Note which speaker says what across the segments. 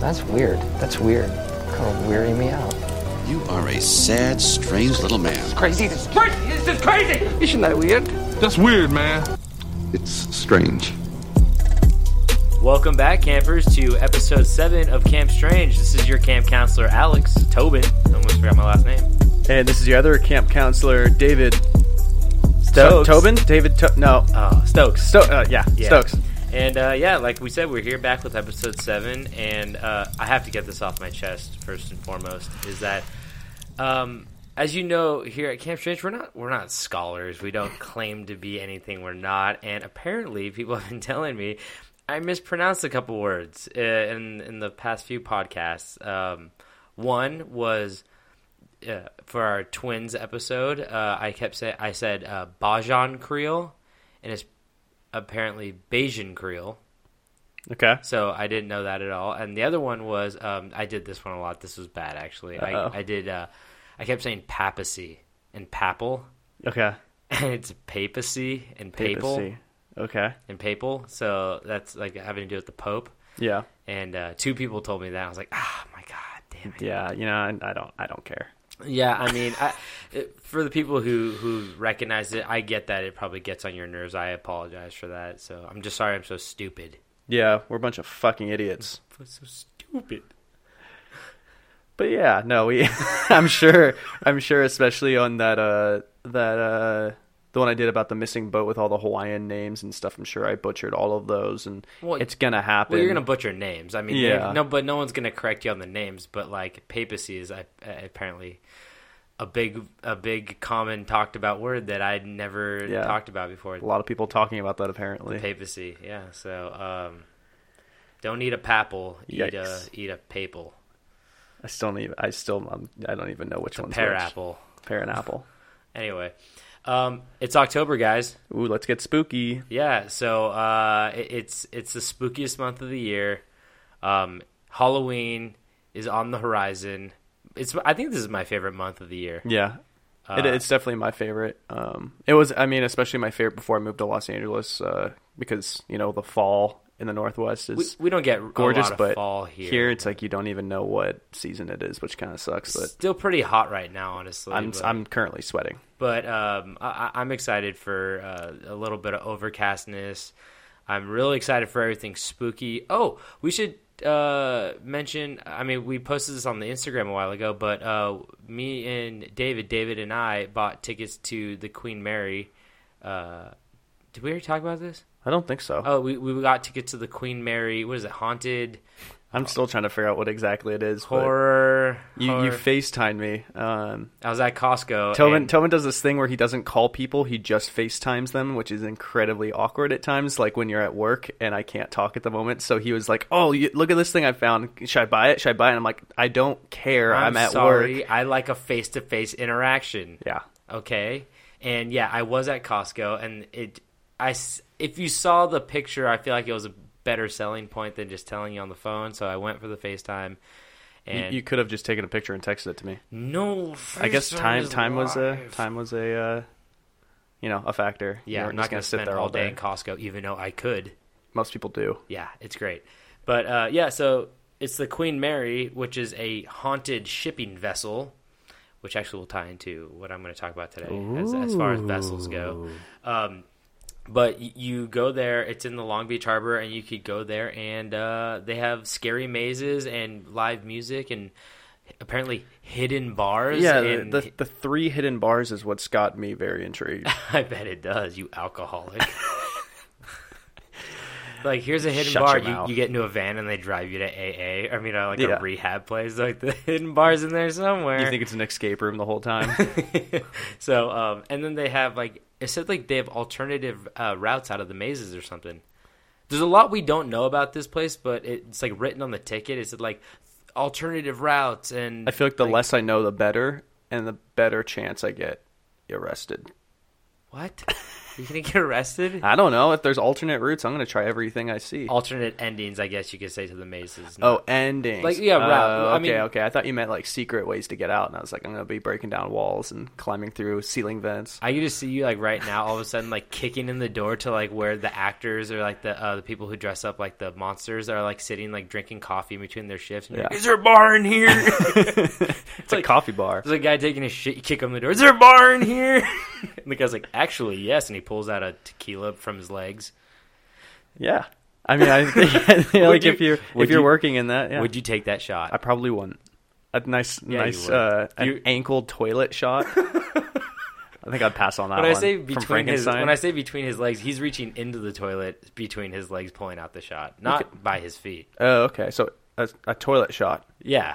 Speaker 1: That's weird. That's weird. Kind of weary me out.
Speaker 2: You are a sad, strange little man.
Speaker 3: crazy. This is crazy. This is crazy. Isn't that weird?
Speaker 4: That's weird, man.
Speaker 5: It's strange.
Speaker 6: Welcome back, campers, to episode seven of Camp Strange. This is your camp counselor, Alex Tobin. I almost forgot my last name.
Speaker 7: And this is your other camp counselor, David
Speaker 6: Stokes.
Speaker 7: Tobin. David, to- no,
Speaker 6: Oh, Stokes.
Speaker 7: Sto- uh, yeah,
Speaker 6: Yeah.
Speaker 7: Stokes.
Speaker 6: And uh, yeah, like we said, we're here back with episode seven, and uh, I have to get this off my chest first and foremost is that, um, as you know, here at Camp Strange, we're not we're not scholars. We don't claim to be anything we're not, and apparently, people have been telling me I mispronounced a couple words uh, in in the past few podcasts. Um, one was uh, for our twins episode. Uh, I kept say I said uh, Bajan Creole, and it's apparently Bayesian Creole.
Speaker 7: Okay.
Speaker 6: So I didn't know that at all. And the other one was um, I did this one a lot. This was bad actually.
Speaker 7: Uh-oh.
Speaker 6: I, I did. Uh, I kept saying papacy and papal,
Speaker 7: Okay.
Speaker 6: and it's papacy and papal
Speaker 7: Papacy. Okay.
Speaker 6: and papal. So that's like having to do with the Pope.
Speaker 7: Yeah.
Speaker 6: And uh, two people told me that. I was like, ah, my god, damn it.
Speaker 7: Yeah. You know, I, I don't. I don't care.
Speaker 6: Yeah, I mean, I, it- for the people who who recognize it, I get that it probably gets on your nerves. I apologize for that. So I'm just sorry I'm so stupid.
Speaker 7: Yeah, we're a bunch of fucking idiots.
Speaker 6: so stupid.
Speaker 7: But yeah, no, we. I'm sure. I'm sure, especially on that. Uh, that. Uh, the one I did about the missing boat with all the Hawaiian names and stuff. I'm sure I butchered all of those, and
Speaker 6: Well,
Speaker 7: it's gonna happen.
Speaker 6: Well, you're gonna butcher names. I mean,
Speaker 7: Yeah.
Speaker 6: they're- no, but no one's gonna correct you on the names. But like papacy is I, uh, apparently a big, a big common talked about word that I'd never
Speaker 7: Yeah.
Speaker 6: talked about before.
Speaker 7: a lot of people talking about that apparently.
Speaker 6: Papacy, yeah. So um, don't eat a papal. Eat a
Speaker 7: Yikes.
Speaker 6: eat a papal.
Speaker 7: I still need. I still. I'm, I don't even know which one's
Speaker 6: Pear
Speaker 7: which.
Speaker 6: apple.
Speaker 7: Pear and apple.
Speaker 6: Anyway, um, it's October, guys.
Speaker 7: Ooh, let's get spooky.
Speaker 6: Yeah, so uh, it- it's it's the spookiest month of the year. Um, Halloween is on the horizon. It's I think this is my favorite month of the year.
Speaker 7: Yeah. it,
Speaker 6: Uh,
Speaker 7: it's definitely my favorite. Um, it was, I mean, especially my favorite before I moved to Los Angeles uh, because you know the fall in the Northwest
Speaker 6: We,
Speaker 7: is
Speaker 6: we don't get
Speaker 7: gorgeous,
Speaker 6: a lot of
Speaker 7: but
Speaker 6: fall here.
Speaker 7: it's like you don't even know what season it is, which kind of sucks. But
Speaker 6: Still pretty hot right now, honestly.
Speaker 7: I'm
Speaker 6: but,
Speaker 7: I'm currently sweating.
Speaker 6: but um, I, I- I'm excited for uh, a little bit of overcastness. I'm really excited for everything spooky. Oh, we should uh, mention. I mean, we posted this on the Instagram a while ago, but uh, me and David, David and I bought tickets to the Queen Mary. Uh, did we already talk about this?
Speaker 7: I don't think so.
Speaker 6: Oh, we, we got tickets to the Queen Mary. What is it? Haunted
Speaker 7: I'm still trying to figure out what exactly it is. but
Speaker 6: horror.
Speaker 7: You you
Speaker 6: horror.
Speaker 7: Facetime me. Um,
Speaker 6: I was at Costco.
Speaker 7: Tobin
Speaker 6: and-
Speaker 7: Tobin does this thing where he doesn't call people; he just FaceTimes them, which is incredibly awkward at times. Like when you're at work and I can't talk at the moment, so he was like, "Oh, you, look at this thing I found. Should I buy it? Should I buy it?" And I'm like, "I don't care. I'm,
Speaker 6: I'm,
Speaker 7: at
Speaker 6: sorry.
Speaker 7: work."
Speaker 6: I like a face to face interaction.
Speaker 7: Yeah,
Speaker 6: Okay. And yeah, I was at Costco, and it. I s- if you saw the picture, I feel like it was a better selling point than just telling you on the phone. So I went for the FaceTime.
Speaker 7: you,
Speaker 6: And
Speaker 7: you could have just taken a picture and texted it to me.
Speaker 6: no,
Speaker 7: I guess
Speaker 6: FaceTime
Speaker 7: time
Speaker 6: is
Speaker 7: time was a
Speaker 6: live.
Speaker 7: time was a uh, you know a factor. You
Speaker 6: Yeah,
Speaker 7: weren't
Speaker 6: I'm not
Speaker 7: just
Speaker 6: gonna
Speaker 7: sit
Speaker 6: spend
Speaker 7: there
Speaker 6: all day in Costco, even though I could.
Speaker 7: Most people do.
Speaker 6: Yeah, it's great. But uh, yeah, so it's the Queen Mary, which is a haunted shipping vessel, which actually will tie into what I'm going to talk about today as, as far as vessels go. Um, but y- you go there, it's in the Long Beach Harbor, and you could go there, and uh, they have scary mazes and live music and apparently hidden bars.
Speaker 7: Yeah,
Speaker 6: and
Speaker 7: the the three hidden bars is what's got me very intrigued.
Speaker 6: I bet it does, you alcoholic. like, here's a hidden
Speaker 7: Shut
Speaker 6: bar.
Speaker 7: your
Speaker 6: You,
Speaker 7: mouth.
Speaker 6: you get into a van and they drive you to AA. I mean, uh, like
Speaker 7: Yeah.
Speaker 6: a rehab place. Like, the hidden bar's in there somewhere.
Speaker 7: you think it's an escape room the whole time?
Speaker 6: so, um, and then they have, like, it said, like, they have alternative uh, routes out of the mazes or something. There's a lot we don't know about this place, but it's, like, written on the ticket. It said, like, alternative routes and.
Speaker 7: I feel like the less I know, the better, and the better chance I get arrested.
Speaker 6: What? You gonna get arrested?
Speaker 7: I don't know if there's alternate routes. I'm gonna try everything I see.
Speaker 6: Alternate endings, I guess you could say to the mazes.
Speaker 7: Oh, endings.
Speaker 6: Like, yeah, route.
Speaker 7: Oh,
Speaker 6: I
Speaker 7: okay,
Speaker 6: mean-
Speaker 7: okay. I thought you meant like secret ways to get out, and I was like, I'm gonna be breaking down walls and climbing through ceiling vents.
Speaker 6: I could just see you like right now, all of a sudden, like kicking in the door to like where the actors or like the uh, the people who dress up like the monsters are like sitting like drinking coffee in between their shifts. And you're like,
Speaker 7: Yeah.
Speaker 6: Is there a bar in here? it's
Speaker 7: It's a coffee bar.
Speaker 6: There's a guy taking a shit. You kick on the door. Is there a bar in here? and the guy's like, actually, yes. And he pulls out a tequila from his legs.
Speaker 7: Yeah. I mean, I think like
Speaker 6: Would you-
Speaker 7: if you're
Speaker 6: would
Speaker 7: if you're
Speaker 6: you-
Speaker 7: working in that, yeah.
Speaker 6: Would you take that shot?
Speaker 7: I probably wouldn't. A nice,
Speaker 6: you
Speaker 7: nice,
Speaker 6: would.
Speaker 7: uh, an
Speaker 6: You-
Speaker 7: ankle toilet shot. I think I'd pass on that
Speaker 6: when
Speaker 7: one.
Speaker 6: I say
Speaker 7: from
Speaker 6: between his
Speaker 7: Frankenstein.
Speaker 6: when I say between his legs, he's reaching into the toilet between his legs, pulling out the shot, not by his feet.
Speaker 7: oh, okay. So a, a toilet shot.
Speaker 6: Yeah.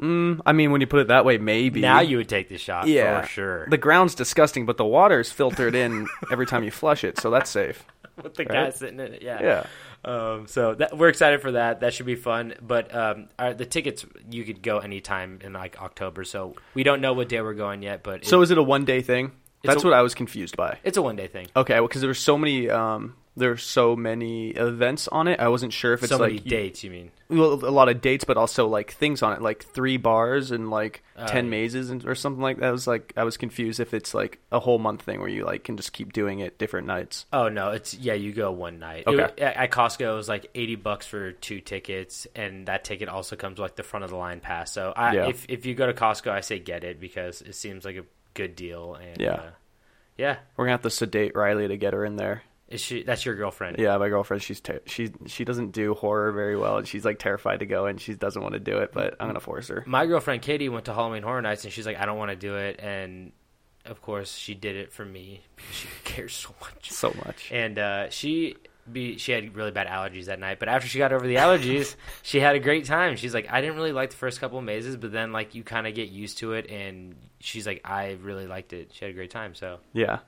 Speaker 7: I mean, when you put it that way, maybe
Speaker 6: Now you would take the shot
Speaker 7: yeah
Speaker 6: for sure.
Speaker 7: The ground's disgusting, but the water's filtered in every time you flush it, so that's safe.
Speaker 6: with the guy
Speaker 7: Right?
Speaker 6: sitting in it. Yeah.
Speaker 7: Yeah.
Speaker 6: Um, so that, we're excited for that. That should be fun. But um, our, the tickets, you could go anytime in like October. So we don't know what day we're going yet, but
Speaker 7: So
Speaker 6: it-
Speaker 7: is it a one day thing?
Speaker 6: It's
Speaker 7: That's
Speaker 6: a-
Speaker 7: what I was confused by.
Speaker 6: it's a one day thing.
Speaker 7: Okay, because there were so many. Um, there were so many events on it. I wasn't sure if it's
Speaker 6: so many
Speaker 7: like
Speaker 6: dates, you mean?
Speaker 7: well, a lot of dates, but also like things on it, like three bars and like ten mazes and, or something like that. I was like, I was confused if it's like a whole month thing where you like can just keep doing it different nights.
Speaker 6: Oh no, it's yeah. You go one night.
Speaker 7: Okay.
Speaker 6: It- at at Costco, it was like eighty bucks for two tickets, and that ticket also comes with, like the front of the line pass. So I,
Speaker 7: Yeah.
Speaker 6: if if you go to Costco, I say get it because it seems like a good deal. And
Speaker 7: Yeah.
Speaker 6: uh, yeah.
Speaker 7: We're gonna have to sedate Riley to get her in there.
Speaker 6: Is she? That's your girlfriend.
Speaker 7: Yeah, my girlfriend, she's ter- she she doesn't do horror very well, and she's like terrified to go, and she doesn't want to do it, but I'm gonna force her.
Speaker 6: my girlfriend Katie went to Halloween Horror Nights and she's like, I don't want to do it. And of course, she did it for me because she cares so much.
Speaker 7: So much.
Speaker 6: And uh, she be she had really bad allergies that night, but after she got over the allergies, she had a great time. She's like, I didn't really like the first couple of mazes, but then like you kind of get used to it, and she's like, I really liked it. She had a great time. So,
Speaker 7: Yeah,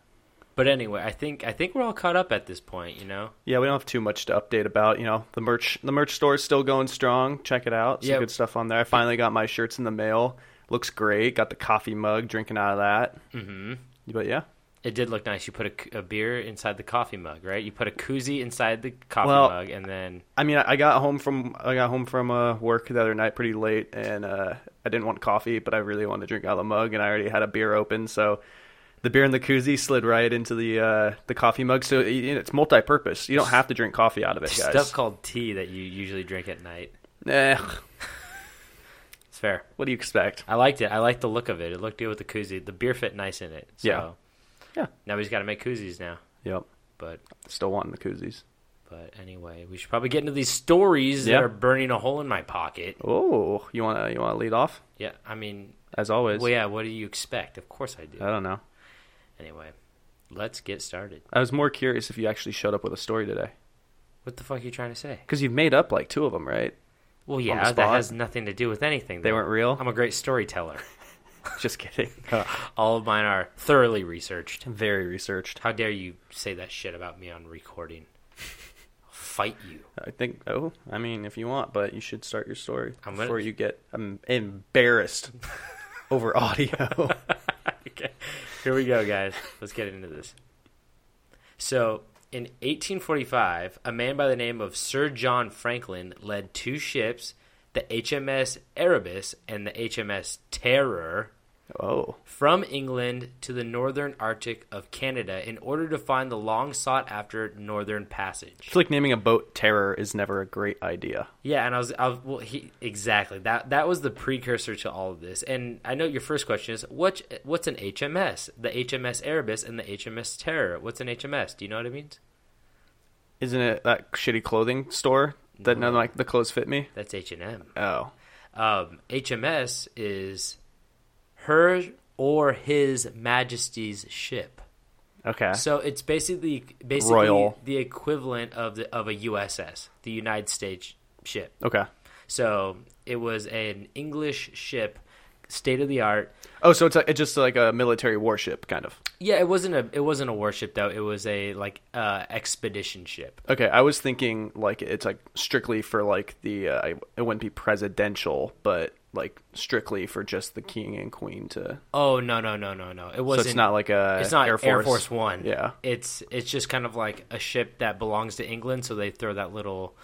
Speaker 6: but anyway, I think I think we're all caught up at this point. You know,
Speaker 7: yeah. We don't have too much to update about. You know, the merch the merch store is still going strong. Check it out. Some
Speaker 6: Yeah.
Speaker 7: good stuff on there. I finally got my shirts in the mail. Looks great. Got the coffee mug. Drinking out of that. Mm-hmm. But yeah.
Speaker 6: it did look nice. You put a c- a, beer inside the coffee mug, right? You put a koozie inside the coffee
Speaker 7: Well,
Speaker 6: mug, and then
Speaker 7: I mean, I I got home from I got home from uh, work the other night pretty late, and uh, I didn't want coffee, but I really wanted to drink out of the mug, and I already had a beer open, so the beer and the koozie slid right into the uh, the coffee mug. So you know, it's multi-purpose. You don't have to drink coffee out of it,
Speaker 6: There's
Speaker 7: guys.
Speaker 6: stuff called tea that you usually drink at night.
Speaker 7: Eh,
Speaker 6: It's fair.
Speaker 7: what do you expect?
Speaker 6: I liked it. I liked the look of it. It looked good with the koozie. The beer fit nice in it. So
Speaker 7: Yeah. Yeah.
Speaker 6: Now we just got to make koozies now.
Speaker 7: Yep,
Speaker 6: But
Speaker 7: still wanting the koozies.
Speaker 6: but anyway, we should probably get into these stories
Speaker 7: Yeah.
Speaker 6: that are burning a hole in my pocket.
Speaker 7: Oh, you want to you want to lead off
Speaker 6: Yeah. I mean,
Speaker 7: as always?
Speaker 6: well, yeah. What do you expect? Of course I do.
Speaker 7: I don't know.
Speaker 6: anyway, let's get started.
Speaker 7: I was more curious if you actually showed up with a story today,
Speaker 6: What the fuck are you trying to say?
Speaker 7: because you've made up like two of them, right?
Speaker 6: Well, yeah,
Speaker 7: spot?
Speaker 6: that has nothing to do with anything.
Speaker 7: They
Speaker 6: though.
Speaker 7: weren't real.
Speaker 6: I'm a great storyteller.
Speaker 7: just kidding.
Speaker 6: All of mine are thoroughly researched.
Speaker 7: Very researched.
Speaker 6: How dare you say that shit about me on recording? I'll fight you.
Speaker 7: I think. Oh, I mean, if you want, but you should start your story
Speaker 6: I'm gonna-
Speaker 7: before you get um, embarrassed over audio.
Speaker 6: okay. Here we go, guys. Let's get into this. So, in 1845, a man by the name of Sir John Franklin led two ships, the HMS Erebus and the HMS Terror,
Speaker 7: oh,
Speaker 6: from England to the northern Arctic of Canada in order to find the long sought after Northern Passage.
Speaker 7: it's like naming a boat "Terror" is never a great idea.
Speaker 6: Yeah, and I was, I was well, he, exactly that. That was the precursor to all of this. And I know your first question is what? What's an HMS? The HMS Erebus and the HMS Terror. What's an HMS? Do you know what it means?
Speaker 7: Isn't it that shitty clothing store that none of my, the clothes fit me?
Speaker 6: That's H and M.
Speaker 7: Oh,
Speaker 6: Um, HMS is her or His Majesty's ship.
Speaker 7: okay.
Speaker 6: So it's basically basically
Speaker 7: Royal.
Speaker 6: the equivalent of the of a USS, the United States ship.
Speaker 7: okay.
Speaker 6: So it was an English ship, state of the art.
Speaker 7: Oh, so it's, like, it's just like a military warship, kind of.
Speaker 6: Yeah, it wasn't a it wasn't a warship though. It was a like uh, expedition ship.
Speaker 7: Okay, I was thinking like it's like strictly for like the uh, it wouldn't be presidential, but like strictly for just the king and queen to.
Speaker 6: Oh no no no no no! It wasn't.
Speaker 7: not like a
Speaker 6: It's not
Speaker 7: Air
Speaker 6: Air
Speaker 7: Force-
Speaker 6: Force, One.
Speaker 7: Yeah.
Speaker 6: It's it's just kind of like a ship that belongs to England, so they throw that little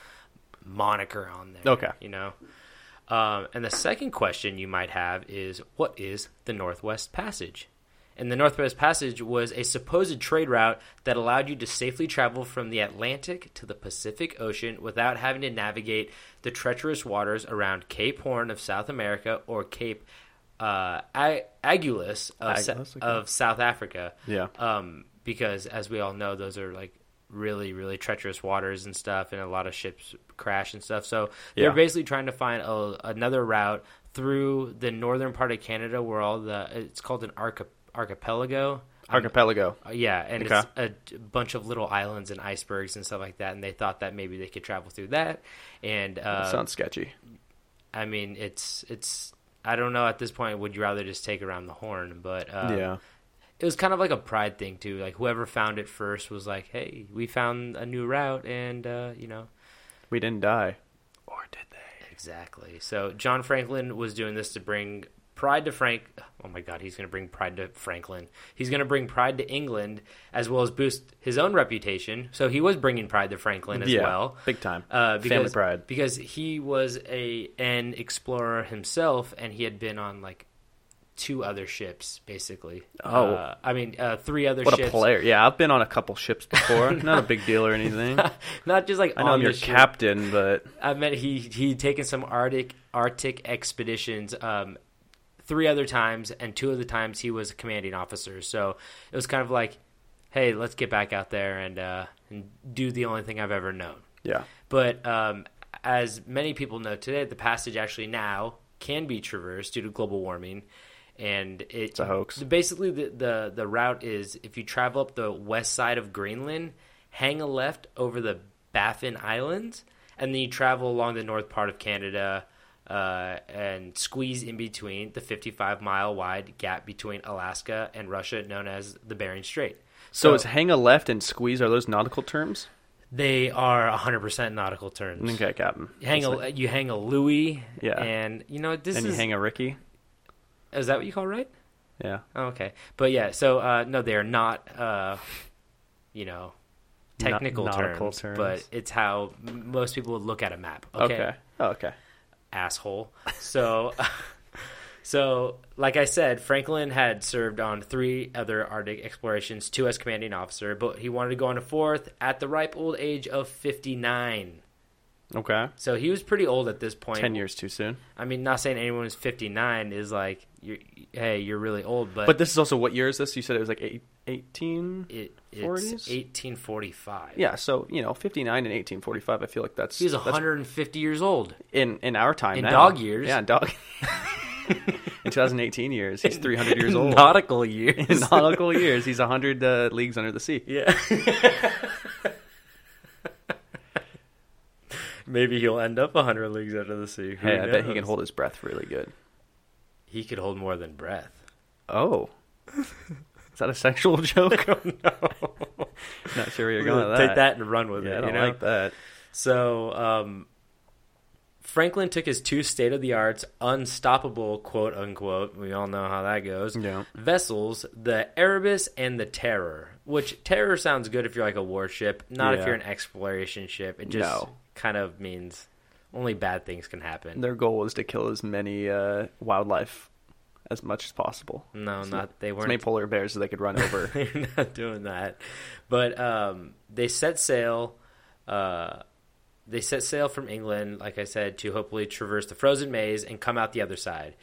Speaker 6: moniker on there.
Speaker 7: Okay.
Speaker 6: You know. Um, and the second question you might have is, what is the Northwest Passage? And the Northwest Passage was a supposed trade route that allowed you to safely travel from the Atlantic to the Pacific Ocean without having to navigate the treacherous waters around Cape Horn of South America or Cape uh, A- Agulhas of, Sa-
Speaker 7: Agulhas, okay.
Speaker 6: of South Africa.
Speaker 7: Yeah.
Speaker 6: Um, because as we all know, those are like really, really treacherous waters and stuff, and a lot of ships crash and stuff. So they're
Speaker 7: Yeah.
Speaker 6: basically trying to find a, another route through the northern part of Canada, where all the it's called an archi- archipelago.
Speaker 7: Archipelago.
Speaker 6: Uh, Yeah, and
Speaker 7: Okay.
Speaker 6: it's a d- bunch of little islands and icebergs and stuff like that. And they thought that maybe they could travel through that. And uh,
Speaker 7: Sounds sketchy.
Speaker 6: I mean, it's it's I don't know at this point. Would you rather just take around the horn? But uh,
Speaker 7: yeah.
Speaker 6: it was kind of like a pride thing too. Like whoever found it first was like, "Hey, we found a new route," and uh, you know,
Speaker 7: We didn't die.
Speaker 6: or did they? Exactly. So John Franklin was doing this to bring pride to Frank. Oh my God, he's going to bring pride to Franklin. He's going to bring pride to England as well as boost his own reputation. So he was bringing pride to Franklin as
Speaker 7: Yeah,
Speaker 6: well,
Speaker 7: big time.
Speaker 6: Uh,
Speaker 7: Family
Speaker 6: because,
Speaker 7: pride.
Speaker 6: because he was a an explorer himself, and he had been on like. Two other ships, basically.
Speaker 7: Oh.
Speaker 6: Uh, I mean, uh, three other
Speaker 7: What
Speaker 6: ships.
Speaker 7: a player. Yeah, I've been on a couple ships before. Not a big deal or anything.
Speaker 6: Not just like
Speaker 7: I know
Speaker 6: on
Speaker 7: I'm
Speaker 6: the
Speaker 7: your
Speaker 6: ship.
Speaker 7: captain, but
Speaker 6: I meant he he'd taken some Arctic Arctic expeditions um, three other times, and two of the times he was a commanding officer. So it was kind of like, hey, let's get back out there and uh, and do the only thing I've ever known.
Speaker 7: yeah.
Speaker 6: But um, as many people know today, the passage actually now can be traversed due to global warming, and it, it's
Speaker 7: a hoax.
Speaker 6: Basically, the, the the route is if you travel up the west side of Greenland, hang a left over the Baffin Islands, and then you travel along the north part of Canada. Uh, and squeeze in between the 55 mile wide gap between Alaska and Russia, known as the Bering Strait.
Speaker 7: So, it's hang a left and squeeze. Are those nautical terms?
Speaker 6: they are 100% nautical terms.
Speaker 7: Okay, Captain.
Speaker 6: hang a you hang a Louis,
Speaker 7: Yeah.
Speaker 6: and you know this
Speaker 7: and you
Speaker 6: is
Speaker 7: hang a Ricky.
Speaker 6: is that what you call it, right?
Speaker 7: Yeah.
Speaker 6: Oh, okay, but yeah, so uh, no, they are not, uh, you know, technical
Speaker 7: nautical
Speaker 6: terms,
Speaker 7: terms.
Speaker 6: but it's how m- most people would look at a map.
Speaker 7: Okay.
Speaker 6: Okay,
Speaker 7: Oh, okay.
Speaker 6: asshole. So, so like I said, Franklin had served on three other Arctic explorations, two as commanding officer, but he wanted to go on a fourth at the ripe old age of fifty nine.
Speaker 7: Okay.
Speaker 6: So he was pretty old at this point.
Speaker 7: Ten years too soon.
Speaker 6: I mean, not saying anyone who's 59 is like, you're, hey, you're really old, but,
Speaker 7: But this is also what year is this? You said it was like eight, 18?
Speaker 6: it, it's
Speaker 7: 40s?
Speaker 6: 1845.
Speaker 7: Yeah, so you know, fifty nine and eighteen forty five. I feel like that's
Speaker 6: He's
Speaker 7: that's
Speaker 6: 150 years old.
Speaker 7: in in our time
Speaker 6: In
Speaker 7: now.
Speaker 6: dog years.
Speaker 7: Yeah, in dog. in 2018 years, he's 300 years old.
Speaker 6: Nautical years.
Speaker 7: in nautical years, he's 100 uh, leagues under the sea.
Speaker 6: yeah. Maybe he'll end up 100 leagues under the sea. Who
Speaker 7: Hey, I bet he
Speaker 6: knows?
Speaker 7: can hold his breath really good.
Speaker 6: He could hold more than breath.
Speaker 7: Oh, is that a sexual joke? Not sure where you're going with that.
Speaker 6: Take that and run with
Speaker 7: Yeah,
Speaker 6: it.
Speaker 7: I
Speaker 6: you
Speaker 7: don't
Speaker 6: know?
Speaker 7: like that.
Speaker 6: So, um, Franklin took his two state of the arts, unstoppable, quote unquote, we all know how that goes,
Speaker 7: Yeah.
Speaker 6: vessels, the Erebus and the Terror, which Terror sounds good if you're like a warship, not
Speaker 7: Yeah.
Speaker 6: if you're an exploration ship. It just
Speaker 7: No.
Speaker 6: kind of means only bad things can happen.
Speaker 7: Their goal was to kill as many uh, wildlife as much as possible.
Speaker 6: Mm, no, not they
Speaker 7: As many
Speaker 6: weren't
Speaker 7: polar bears as they could run over.
Speaker 6: they're not doing that. But um, they set sail. Uh, they set sail from England, like I said, to hopefully traverse the frozen maze and come out the other side.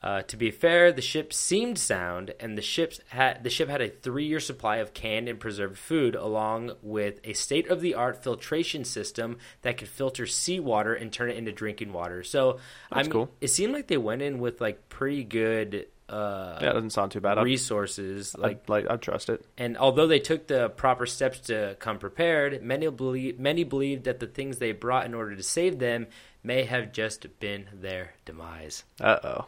Speaker 6: Uh, to be fair, the ship seemed sound, and the ship's had the ship had a three-year supply of canned and preserved food, along with a state-of-the-art filtration system that could filter seawater and turn it into drinking water. So, I mean,
Speaker 7: cool.
Speaker 6: it seemed like they went in with like pretty good uh,
Speaker 7: yeah, doesn't sound too bad. I'd,
Speaker 6: resources. Like
Speaker 7: I'd, like, I'd trust it.
Speaker 6: and although they took the proper steps to come prepared, many believe many believed that the things they brought in order to save them may have just been their demise.
Speaker 7: Uh oh.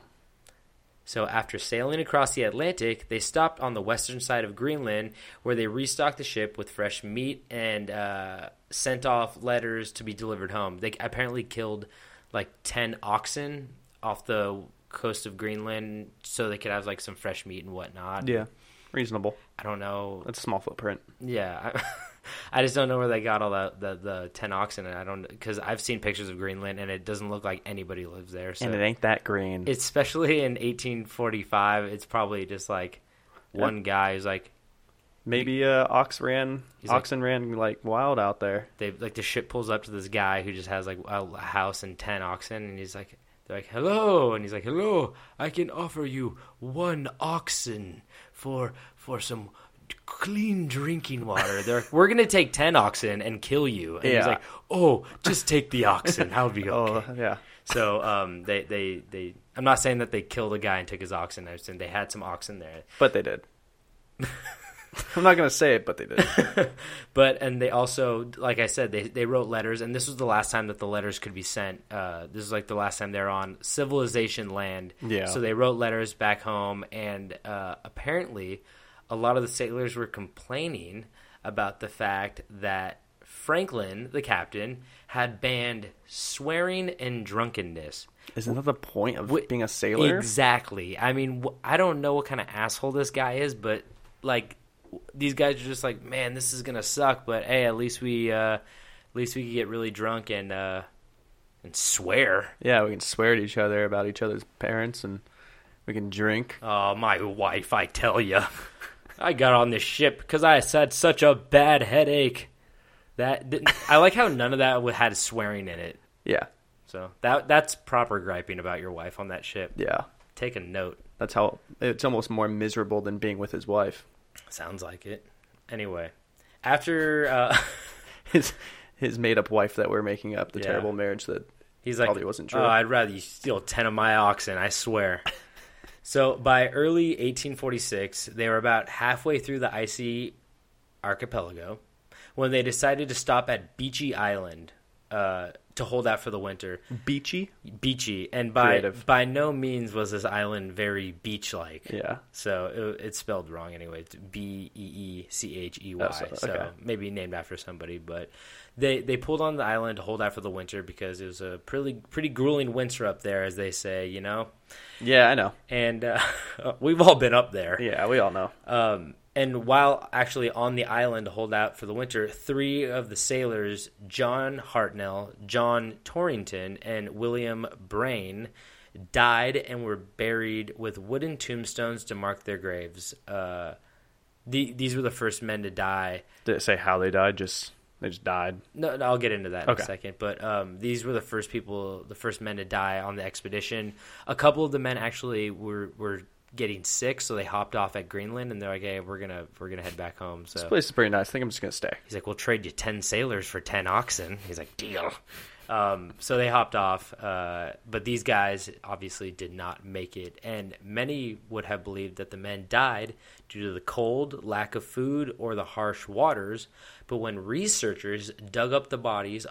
Speaker 6: So after sailing across the Atlantic, they stopped on the western side of Greenland, where they restocked the ship with fresh meat and uh, sent off letters to be delivered home. They apparently killed like ten oxen off the coast of Greenland so they could have like some fresh meat and whatnot.
Speaker 7: Yeah, reasonable.
Speaker 6: I don't know.
Speaker 7: That's a small footprint.
Speaker 6: Yeah, I, I just don't know where they got all that the the ten oxen. And I don't because I've seen pictures of Greenland and it doesn't look like anybody lives there. So
Speaker 7: And it ain't that green.
Speaker 6: especially in 1845, it's probably just like one guy who's like
Speaker 7: Maybe uh, ox ran,
Speaker 6: He's like-
Speaker 7: oxen ran like wild out there.
Speaker 6: they like the ship pulls up to this guy who just has like a house and ten oxen, and he's like, they're like, hello, and he's like, hello, I can offer you one oxen for for some clean drinking water. They're like, we're gonna take ten oxen and kill you, and he's
Speaker 7: Yeah.
Speaker 6: like, oh, just take the oxen, I'll be
Speaker 7: Oh
Speaker 6: okay.
Speaker 7: yeah,
Speaker 6: So um, they they they. I'm not saying that they killed a guy and took his oxen. I'm saying they had some oxen there.
Speaker 7: but they did. I'm not gonna say it, but they did.
Speaker 6: but and they also like i said they, they wrote letters and this was the last time that the letters could be sent uh, this is like the last time they're on civilization land
Speaker 7: Yeah.
Speaker 6: so they wrote letters back home and uh, apparently a lot of the sailors were complaining about the fact that franklin the captain had banned swearing and drunkenness
Speaker 7: Isn't that the point of
Speaker 6: Wh-
Speaker 7: being a sailor?
Speaker 6: Exactly. I mean, wh- I don't know what kind of asshole this guy is, but like w- these guys are just like, man, this is gonna suck. But hey, at least we, uh, at least we could get really drunk and uh, and swear.
Speaker 7: yeah, we can swear at each other about each other's parents, and we can drink.
Speaker 6: Oh, my wife, I tell you, I got on this ship because I had such a bad headache. That didn't, I like how none of that w- had swearing in it.
Speaker 7: Yeah,
Speaker 6: So that that's proper griping about your wife on that ship.
Speaker 7: yeah.
Speaker 6: Take a note.
Speaker 7: That's how it's almost more miserable than being with his wife.
Speaker 6: Sounds like it. Anyway, after uh,
Speaker 7: His his made up wife that we're making up, the
Speaker 6: Yeah.
Speaker 7: terrible marriage that
Speaker 6: he's like,
Speaker 7: Probably wasn't true.
Speaker 6: "Oh, I'd rather you steal ten of my oxen. I swear." so by early 1846, they were about halfway through the icy archipelago when they decided to stop at Beachy Island uh, to hold out for the
Speaker 7: Mm-hmm.
Speaker 6: winter.
Speaker 7: Beachy.
Speaker 6: Beachy, and by
Speaker 7: Creative.
Speaker 6: by no means was this island very beach-like.
Speaker 7: Yeah.
Speaker 6: So it, it's spelled wrong anyway. It's B E E C H E Y.
Speaker 7: Oh, so-
Speaker 6: so,
Speaker 7: okay.
Speaker 6: maybe named after somebody, but they they pulled on the island to hold out for the winter because it was a pretty pretty grueling winter up there, as they say, you know.
Speaker 7: Yeah, I know.
Speaker 6: And uh, we've all been up there.
Speaker 7: Yeah, we all know.
Speaker 6: Um, and while actually on the island to hold out for the winter, three of the sailors, John Hartnell, John Torrington, and William Brain, died and were buried with wooden tombstones to mark their graves. Uh, the, these were the first men to die.
Speaker 7: Did it say how they died? Just they just died.
Speaker 6: No, no, I'll get into that in
Speaker 7: Okay.
Speaker 6: a second. But um, these were the first people, the first men to die on the expedition. A couple of the men actually were were getting sick, so they hopped off at Greenland, and they're like, "Hey, we're gonna we're gonna head back home." So
Speaker 7: This place is pretty nice. I think I'm just gonna stay.
Speaker 6: He's like, "We'll trade you ten sailors for ten oxen." He's like, "Deal." Um, so they hopped off, uh, but these guys obviously did not make it, and many would have believed that the men died due to the cold, lack of food, or the harsh waters. But when researchers dug up the bodies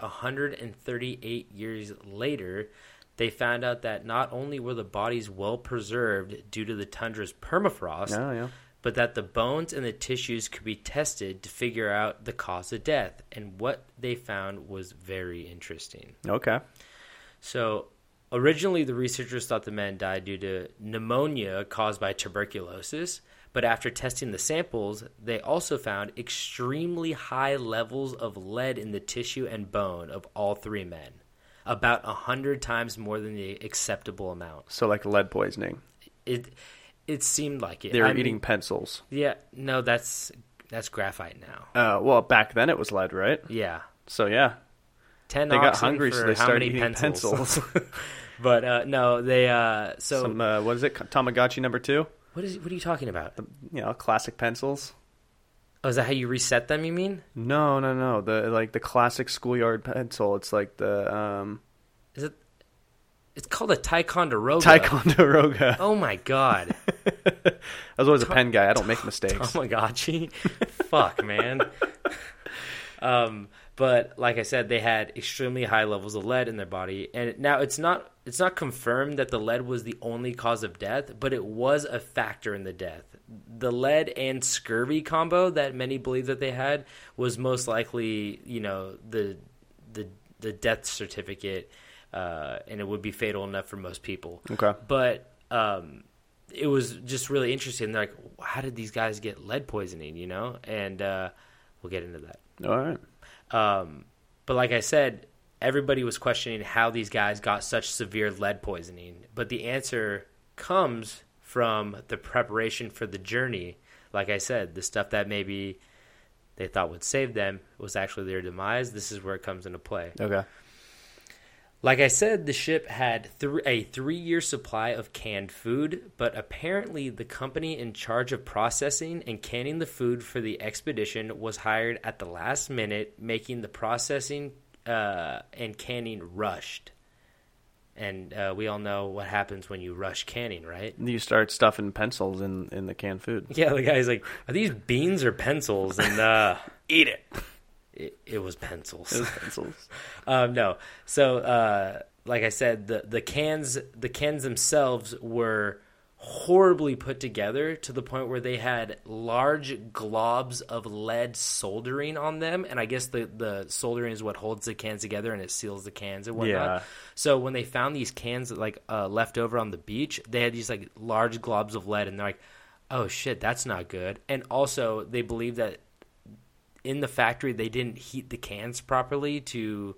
Speaker 6: 138 years later, they found out that not only were the bodies well preserved due to the tundra's permafrost,
Speaker 7: Oh, yeah.
Speaker 6: but that the bones and the tissues could be tested to figure out the cause of death. And what they found was very interesting.
Speaker 7: Okay.
Speaker 6: So, originally, the researchers thought the men died due to pneumonia caused by tuberculosis. But after testing the samples, they also found extremely high levels of lead in the tissue and bone of all three men, about 100 times more than the acceptable amount.
Speaker 7: So like lead poisoning.
Speaker 6: It, it seemed like it.
Speaker 7: They were
Speaker 6: I mean-
Speaker 7: eating pencils.
Speaker 6: yeah, no, that's that's graphite now.
Speaker 7: Uh, well, back then it was lead, right?
Speaker 6: Yeah,
Speaker 7: So yeah,
Speaker 6: ten.
Speaker 7: They got
Speaker 6: oxen
Speaker 7: hungry,
Speaker 6: for
Speaker 7: so they
Speaker 6: how
Speaker 7: started
Speaker 6: many
Speaker 7: eating
Speaker 6: but uh, no, they. Uh, so
Speaker 7: some uh, what is it? Tamagotchi number two.
Speaker 6: what is what are you talking about?
Speaker 7: You know, classic pencils.
Speaker 6: Oh, is that how you reset them? You mean?
Speaker 7: No, no, no. The like the classic schoolyard pencil. It's like the um,
Speaker 6: Is it? It's called a Ticonderoga.
Speaker 7: Ticonderoga.
Speaker 6: Oh my god, Oh
Speaker 7: I was always a pen guy. I don't make mistakes.
Speaker 6: Tamagotchi. Fuck, man. um, but like I said, they had extremely high levels of lead in their body, and now it's not it's not confirmed that the lead was the only cause of death, but it was a factor in the death. The lead and scurvy combo that many believe that they had was most likely, you know, the the the death certificate uh, and it would be fatal enough for most people.
Speaker 7: Okay.
Speaker 6: but um, it was just really interesting. They're like, how did these guys get lead poisoning? You know, and uh, we'll get into that.
Speaker 7: All right.
Speaker 6: Um, but like I said, everybody was questioning how these guys got such severe lead poisoning. But the answer comes from the preparation for the journey. Like I said, the stuff that maybe they thought would save them was actually their demise. This is where it comes into play.
Speaker 7: Okay.
Speaker 6: Like I said, the ship had thr a three year supply of canned food, but apparently the company in charge of processing and canning the food for the expedition was hired at the last minute, making the processing uh, and canning rushed. And uh, we all know what happens when you rush canning, right?
Speaker 7: You start stuffing pencils in in the canned food.
Speaker 6: Yeah, the guy's like, "Are these beans or pencils?" And uh, eat it. It, it was pencils.
Speaker 7: Those pencils.
Speaker 6: Um, no. So, uh, like I said, the the cans the cans themselves were horribly put together to the point where they had large globs of lead soldering on them, and I guess the the soldering is what holds the cans together and it seals the cans and whatnot.
Speaker 7: Yeah.
Speaker 6: So when they found these cans like uh, left over on the beach, they had these like large globs of lead, and they're like, "Oh shit, that's not good." And also, they believe that in the factory they didn't heat the cans properly to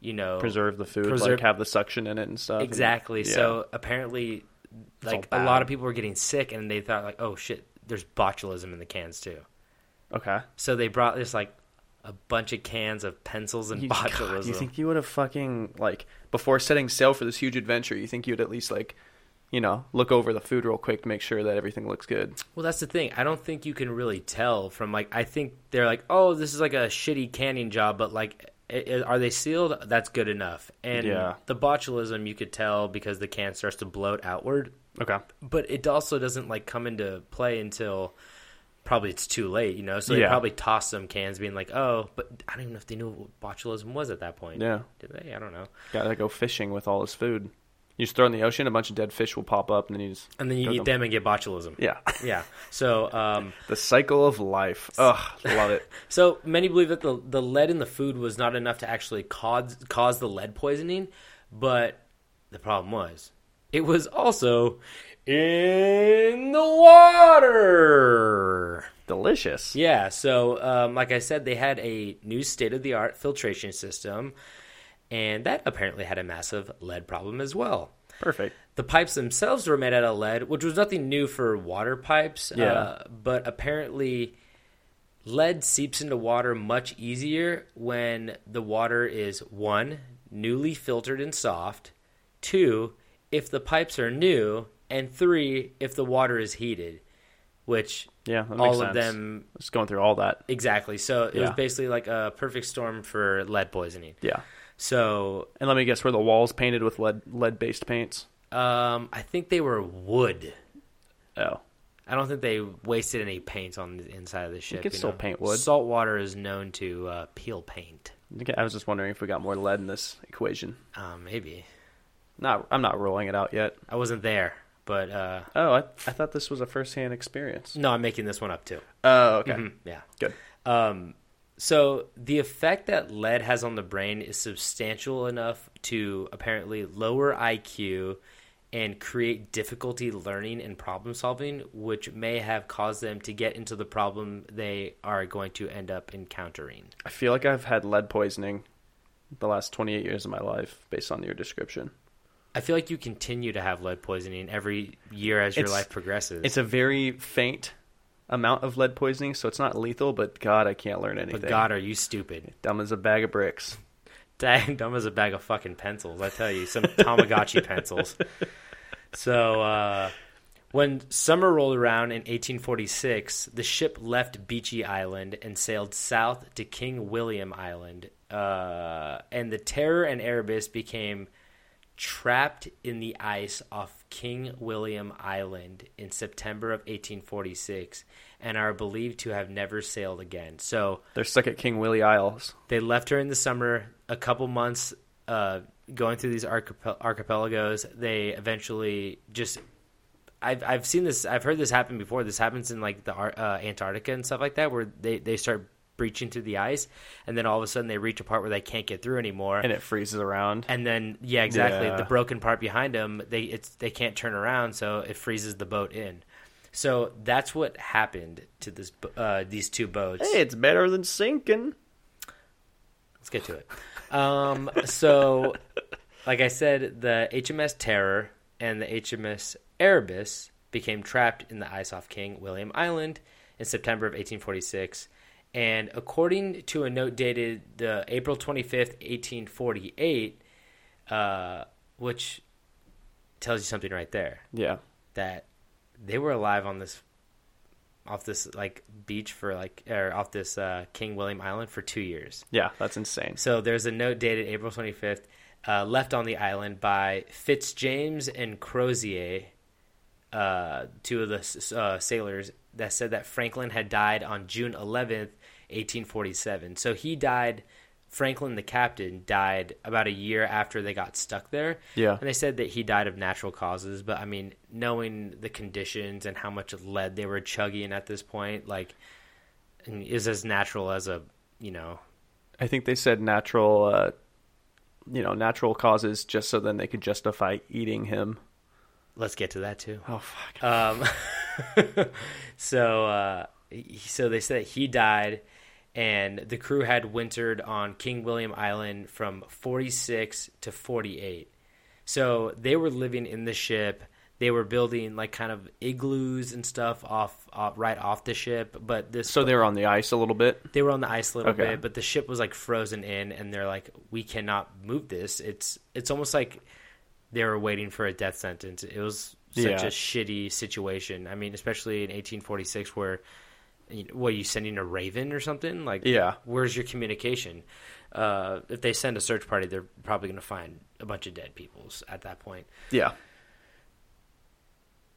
Speaker 6: you know
Speaker 7: Preserve the food.
Speaker 6: Preserve-
Speaker 7: Like have the suction in it and stuff. and-
Speaker 6: exactly
Speaker 7: yeah.
Speaker 6: so apparently
Speaker 7: all
Speaker 6: like a
Speaker 7: bad.
Speaker 6: lot of people were getting sick and they thought like oh shit there's botulism in the cans too
Speaker 7: Okay.
Speaker 6: so they brought this like a bunch of cans of pencils and
Speaker 7: You, God,
Speaker 6: botulism
Speaker 7: you think you would have fucking like before setting sail for this huge adventure? You think you'd at least like, you know, look over the food real quick to make sure that everything looks good.
Speaker 6: Well, that's the thing. I don't think you can really tell from like. I think they're like, oh, this is like a shitty canning job, but like, i- i- are they sealed? That's good enough. And
Speaker 7: Yeah.
Speaker 6: the botulism you could tell because the can starts to bloat outward.
Speaker 7: Okay.
Speaker 6: But it also doesn't like come into play until probably it's too late, you know. So they
Speaker 7: Yeah.
Speaker 6: probably tossed some cans, being like, oh, but I don't even know if they knew what botulism was at that point.
Speaker 7: Yeah.
Speaker 6: Did they? I don't know.
Speaker 7: Gotta go fishing with all this food. You just throw it in the ocean, a bunch of dead fish will pop up, and then you just
Speaker 6: And then you
Speaker 7: cook
Speaker 6: eat them and get botulism.
Speaker 7: Yeah,
Speaker 6: Yeah. So, um,
Speaker 7: the cycle of life. Ugh, love it.
Speaker 6: So many believe that the the lead in the food was not enough to actually cause cause the lead poisoning, but the problem was it was also in the water.
Speaker 7: Delicious.
Speaker 6: Yeah. So, um, like I said, they had a new state of the art filtration system, and that apparently had a massive lead problem as well.
Speaker 7: Perfect.
Speaker 6: The pipes themselves were made out of lead, which was nothing new for water pipes.
Speaker 7: Yeah.
Speaker 6: Uh, but apparently, lead seeps into water much easier when the water is one, newly filtered and soft, two, if the pipes are new, and three, if the water is heated, which
Speaker 7: Yeah, that makes
Speaker 6: all of
Speaker 7: sense.
Speaker 6: them
Speaker 7: Just going through all that.
Speaker 6: exactly. So it was
Speaker 7: Yeah.
Speaker 6: basically like a perfect storm for lead poisoning.
Speaker 7: Yeah.
Speaker 6: So
Speaker 7: And let me guess, were the walls painted with lead lead based paints?
Speaker 6: um, I think they were wood.
Speaker 7: Oh,
Speaker 6: I don't think they wasted any paint on the inside of the ship.
Speaker 7: could still paint wood.
Speaker 6: Salt water is known to uh, peel paint.
Speaker 7: Okay, I was just wondering if we got more lead in this equation.
Speaker 6: Uh, maybe
Speaker 7: Not, I'm not rolling it out yet.
Speaker 6: I wasn't there, but uh,
Speaker 7: Oh, I, I thought this was a first hand experience.
Speaker 6: no, I'm making this one up too.
Speaker 7: Oh, okay,
Speaker 6: Yeah.
Speaker 7: good.
Speaker 6: Um, So the effect that lead has on the brain is substantial enough to apparently lower IQ and create difficulty learning and problem solving, which may have caused them to get into the problem they are going to end up encountering.
Speaker 7: I feel like I've had lead poisoning the last 28 years of my life, based on your description.
Speaker 6: I feel like you continue to have lead poisoning every year as your
Speaker 7: It's-
Speaker 6: life progresses.
Speaker 7: It's a very faint amount of lead poisoning, so it's not lethal. But God, I can't learn anything.
Speaker 6: but God, are you stupid?
Speaker 7: dumb as a bag of bricks.
Speaker 6: Dang, dumb as a bag of fucking pencils. I tell you, some Tamagotchi pencils. So uh, when summer rolled around in 1846, the ship left Beachy Island and sailed south to King William Island, uh, and the Terror and Erebus became trapped in the ice off King William Island in September of 1846, and are believed to have never sailed again. So
Speaker 7: They're stuck at King Willie Isles.
Speaker 6: they left her in the summer, a couple months uh, going through these archipel- archipelagos. They eventually just. I've, I've seen this. I've heard this happen before. This happens in like the Ar- uh, Antarctica and stuff like that, where they, they start breaching through the ice, and then all of a sudden they reach a part where they can't get through anymore,
Speaker 7: and it freezes around.
Speaker 6: and then yeah, exactly.
Speaker 7: Yeah.
Speaker 6: The broken part behind them, they it's they can't turn around, so it freezes the boat in. So that's what happened to this bo- uh, these two boats.
Speaker 7: Hey, it's better than sinking.
Speaker 6: Let's get to it. Um, so, like I said, the HMS Terror and the HMS Erebus became trapped in the ice off King William Island in September of 1846. And according to a note dated the April 25th, 1848, uh, which tells you something right there
Speaker 7: Yeah.
Speaker 6: that they were alive on this off this like beach for like or off this uh, King William Island for two years.
Speaker 7: Yeah, that's insane.
Speaker 6: So there's a note dated April 25th, uh, left on the island by Fitzjames and Crozier, uh, two of the s- uh, sailors, that said that Franklin had died on June 11th, 1847. So he died. Franklin, the captain, died about a year after they got stuck there.
Speaker 7: Yeah.
Speaker 6: And they said that he died of natural causes. But I mean, knowing the conditions and how much lead they were chugging at this point, like, is as natural as a, you know,
Speaker 7: I think they said natural, uh, you know, natural causes, just so then they could justify eating him.
Speaker 6: Let's get to that too.
Speaker 7: Oh fuck.
Speaker 6: Um, so, uh, he- so they said he died, and the crew had wintered on King William Island from 46 to 48. So they were living in the ship. They were building like kind of igloos and stuff off, off right off the ship. But this,
Speaker 7: so they were on the ice a little bit.
Speaker 6: they were on the ice a little
Speaker 7: Okay.
Speaker 6: bit, but the ship was like frozen in, and they're like, we cannot move this. It's it's almost like they were waiting for a death sentence. It was such
Speaker 7: Yeah.
Speaker 6: a shitty situation. I mean, especially in 1846, where you know, what are you sending a raven or something? Like,
Speaker 7: Yeah.
Speaker 6: where's your communication? Uh, if they send a search party, they're probably going to find a bunch of dead peoples at that point.
Speaker 7: Yeah.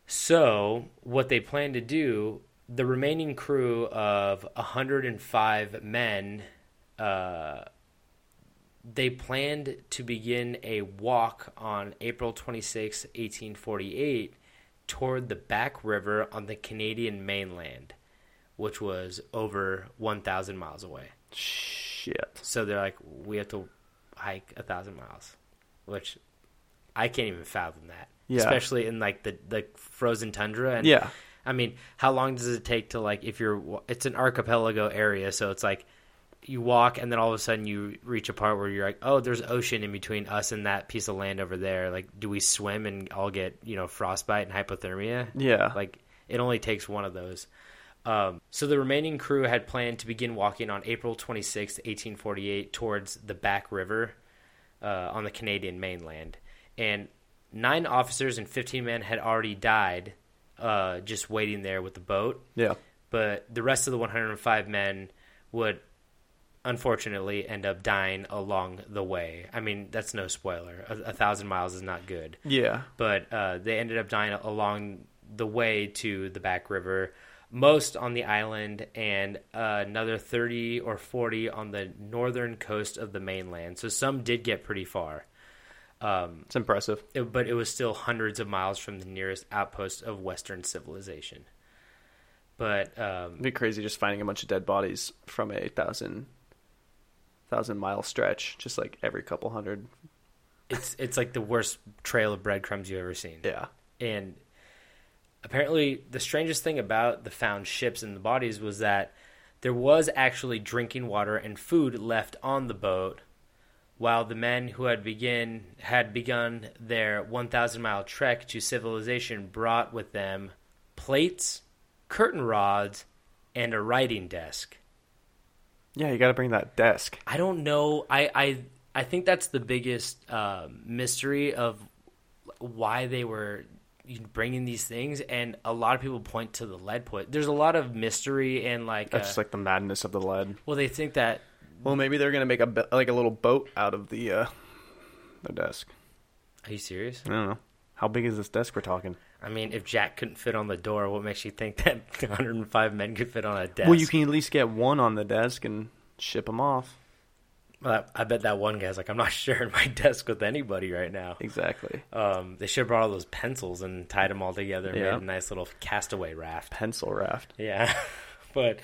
Speaker 6: So, what they plan to do, the remaining crew of 105 men, uh, they planned to begin a walk on April 26, 1848, toward the back river on the Canadian mainland, which was over 1,000 miles away.
Speaker 7: Shit.
Speaker 6: So they're like, we have to hike a thousand miles, which I can't even fathom that.
Speaker 7: Yeah.
Speaker 6: Especially in like the the frozen tundra. And
Speaker 7: Yeah.
Speaker 6: I mean, how long does it take to like if you're? wa- It's an archipelago area, so it's like you walk and then all of a sudden you reach a part where you're like, oh, there's ocean in between us and that piece of land over there. Like, do we swim and all get you know frostbite and hypothermia?
Speaker 7: Yeah.
Speaker 6: Like it only takes one of those. Um, so the remaining crew had planned to begin walking on April 26, 1848, towards the Back River uh, on the Canadian mainland. And nine officers and 15 men had already died uh, just waiting there with the boat.
Speaker 7: Yeah.
Speaker 6: But the rest of the 105 men would unfortunately end up dying along the way. I mean, that's no spoiler. A, a thousand miles is not good
Speaker 7: Yeah.
Speaker 6: but uh, they ended up dying along the way to the back river most on the island and uh, another 30 or 40 on the northern coast of the mainland so some did get pretty far
Speaker 7: It's impressive.
Speaker 6: it, but it was still hundreds of miles from the nearest outpost of western civilization but um,
Speaker 7: It'd be crazy just finding a bunch of dead bodies from a thousand thousand mile stretch, just like every couple hundred.
Speaker 6: it's it's like the worst trail of breadcrumbs you've ever seen
Speaker 7: Yeah.
Speaker 6: And apparently, the strangest thing about the found ships and the bodies was that there was actually drinking water and food left on the boat, while the men who had begin had begun their 1,000 mile trek to civilization brought with them plates, curtain rods, and a writing desk.
Speaker 7: Yeah, you got to bring that desk.
Speaker 6: I don't know. I I I think that's the biggest uh, mystery of why they were bringing these things, and a lot of people point to the lead point. There's a lot of mystery and like, uh,
Speaker 7: That's just like the madness of the lead.
Speaker 6: well, they think that
Speaker 7: Well, maybe they're gonna make a be- like a little boat out of the uh, the desk.
Speaker 6: are you serious?
Speaker 7: I don't know. How big is this desk we're talking?
Speaker 6: I mean, if Jack couldn't fit on the door, what makes you think that 105 men could fit on a desk?
Speaker 7: Well, you can at least get one on the desk and ship them off.
Speaker 6: Well, I I bet that one guy's like, I'm not sharing my desk with anybody right now.
Speaker 7: Exactly.
Speaker 6: Um, they should have brought all those pencils and tied them all together and
Speaker 7: Yeah.
Speaker 6: made a nice little castaway raft.
Speaker 7: Pencil raft.
Speaker 6: Yeah. but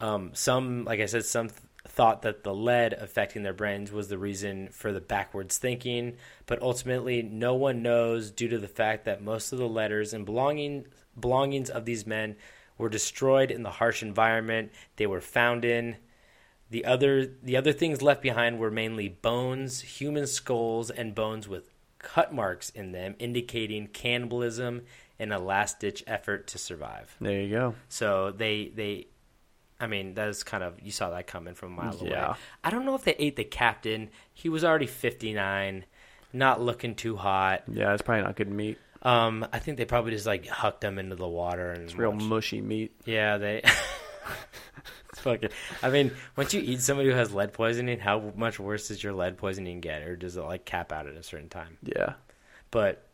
Speaker 6: Um, some, like I said, some th- thought that the lead affecting their brains was the reason for the backwards thinking, but ultimately, no one knows due to the fact that most of the letters and belonging, belongings of these men were destroyed in the harsh environment they were found in. The other the other things left behind were mainly bones, human skulls, and bones with cut marks in them, indicating cannibalism and a last ditch effort to survive.
Speaker 7: There you go.
Speaker 6: So they they, I mean that is kind of you saw that coming from a mile
Speaker 7: Yeah.
Speaker 6: away. I don't know if they ate the captain. He was already fifty nine, not looking too hot.
Speaker 7: Yeah, it's probably not good meat.
Speaker 6: Um, I think they probably just like hucked him into the water and
Speaker 7: It's real
Speaker 6: watched-
Speaker 7: mushy meat.
Speaker 6: yeah, they. It's fucking. I mean, once you eat somebody who has lead poisoning, how much worse does your lead poisoning get, or does it like cap out at a certain time?
Speaker 7: Yeah.
Speaker 6: But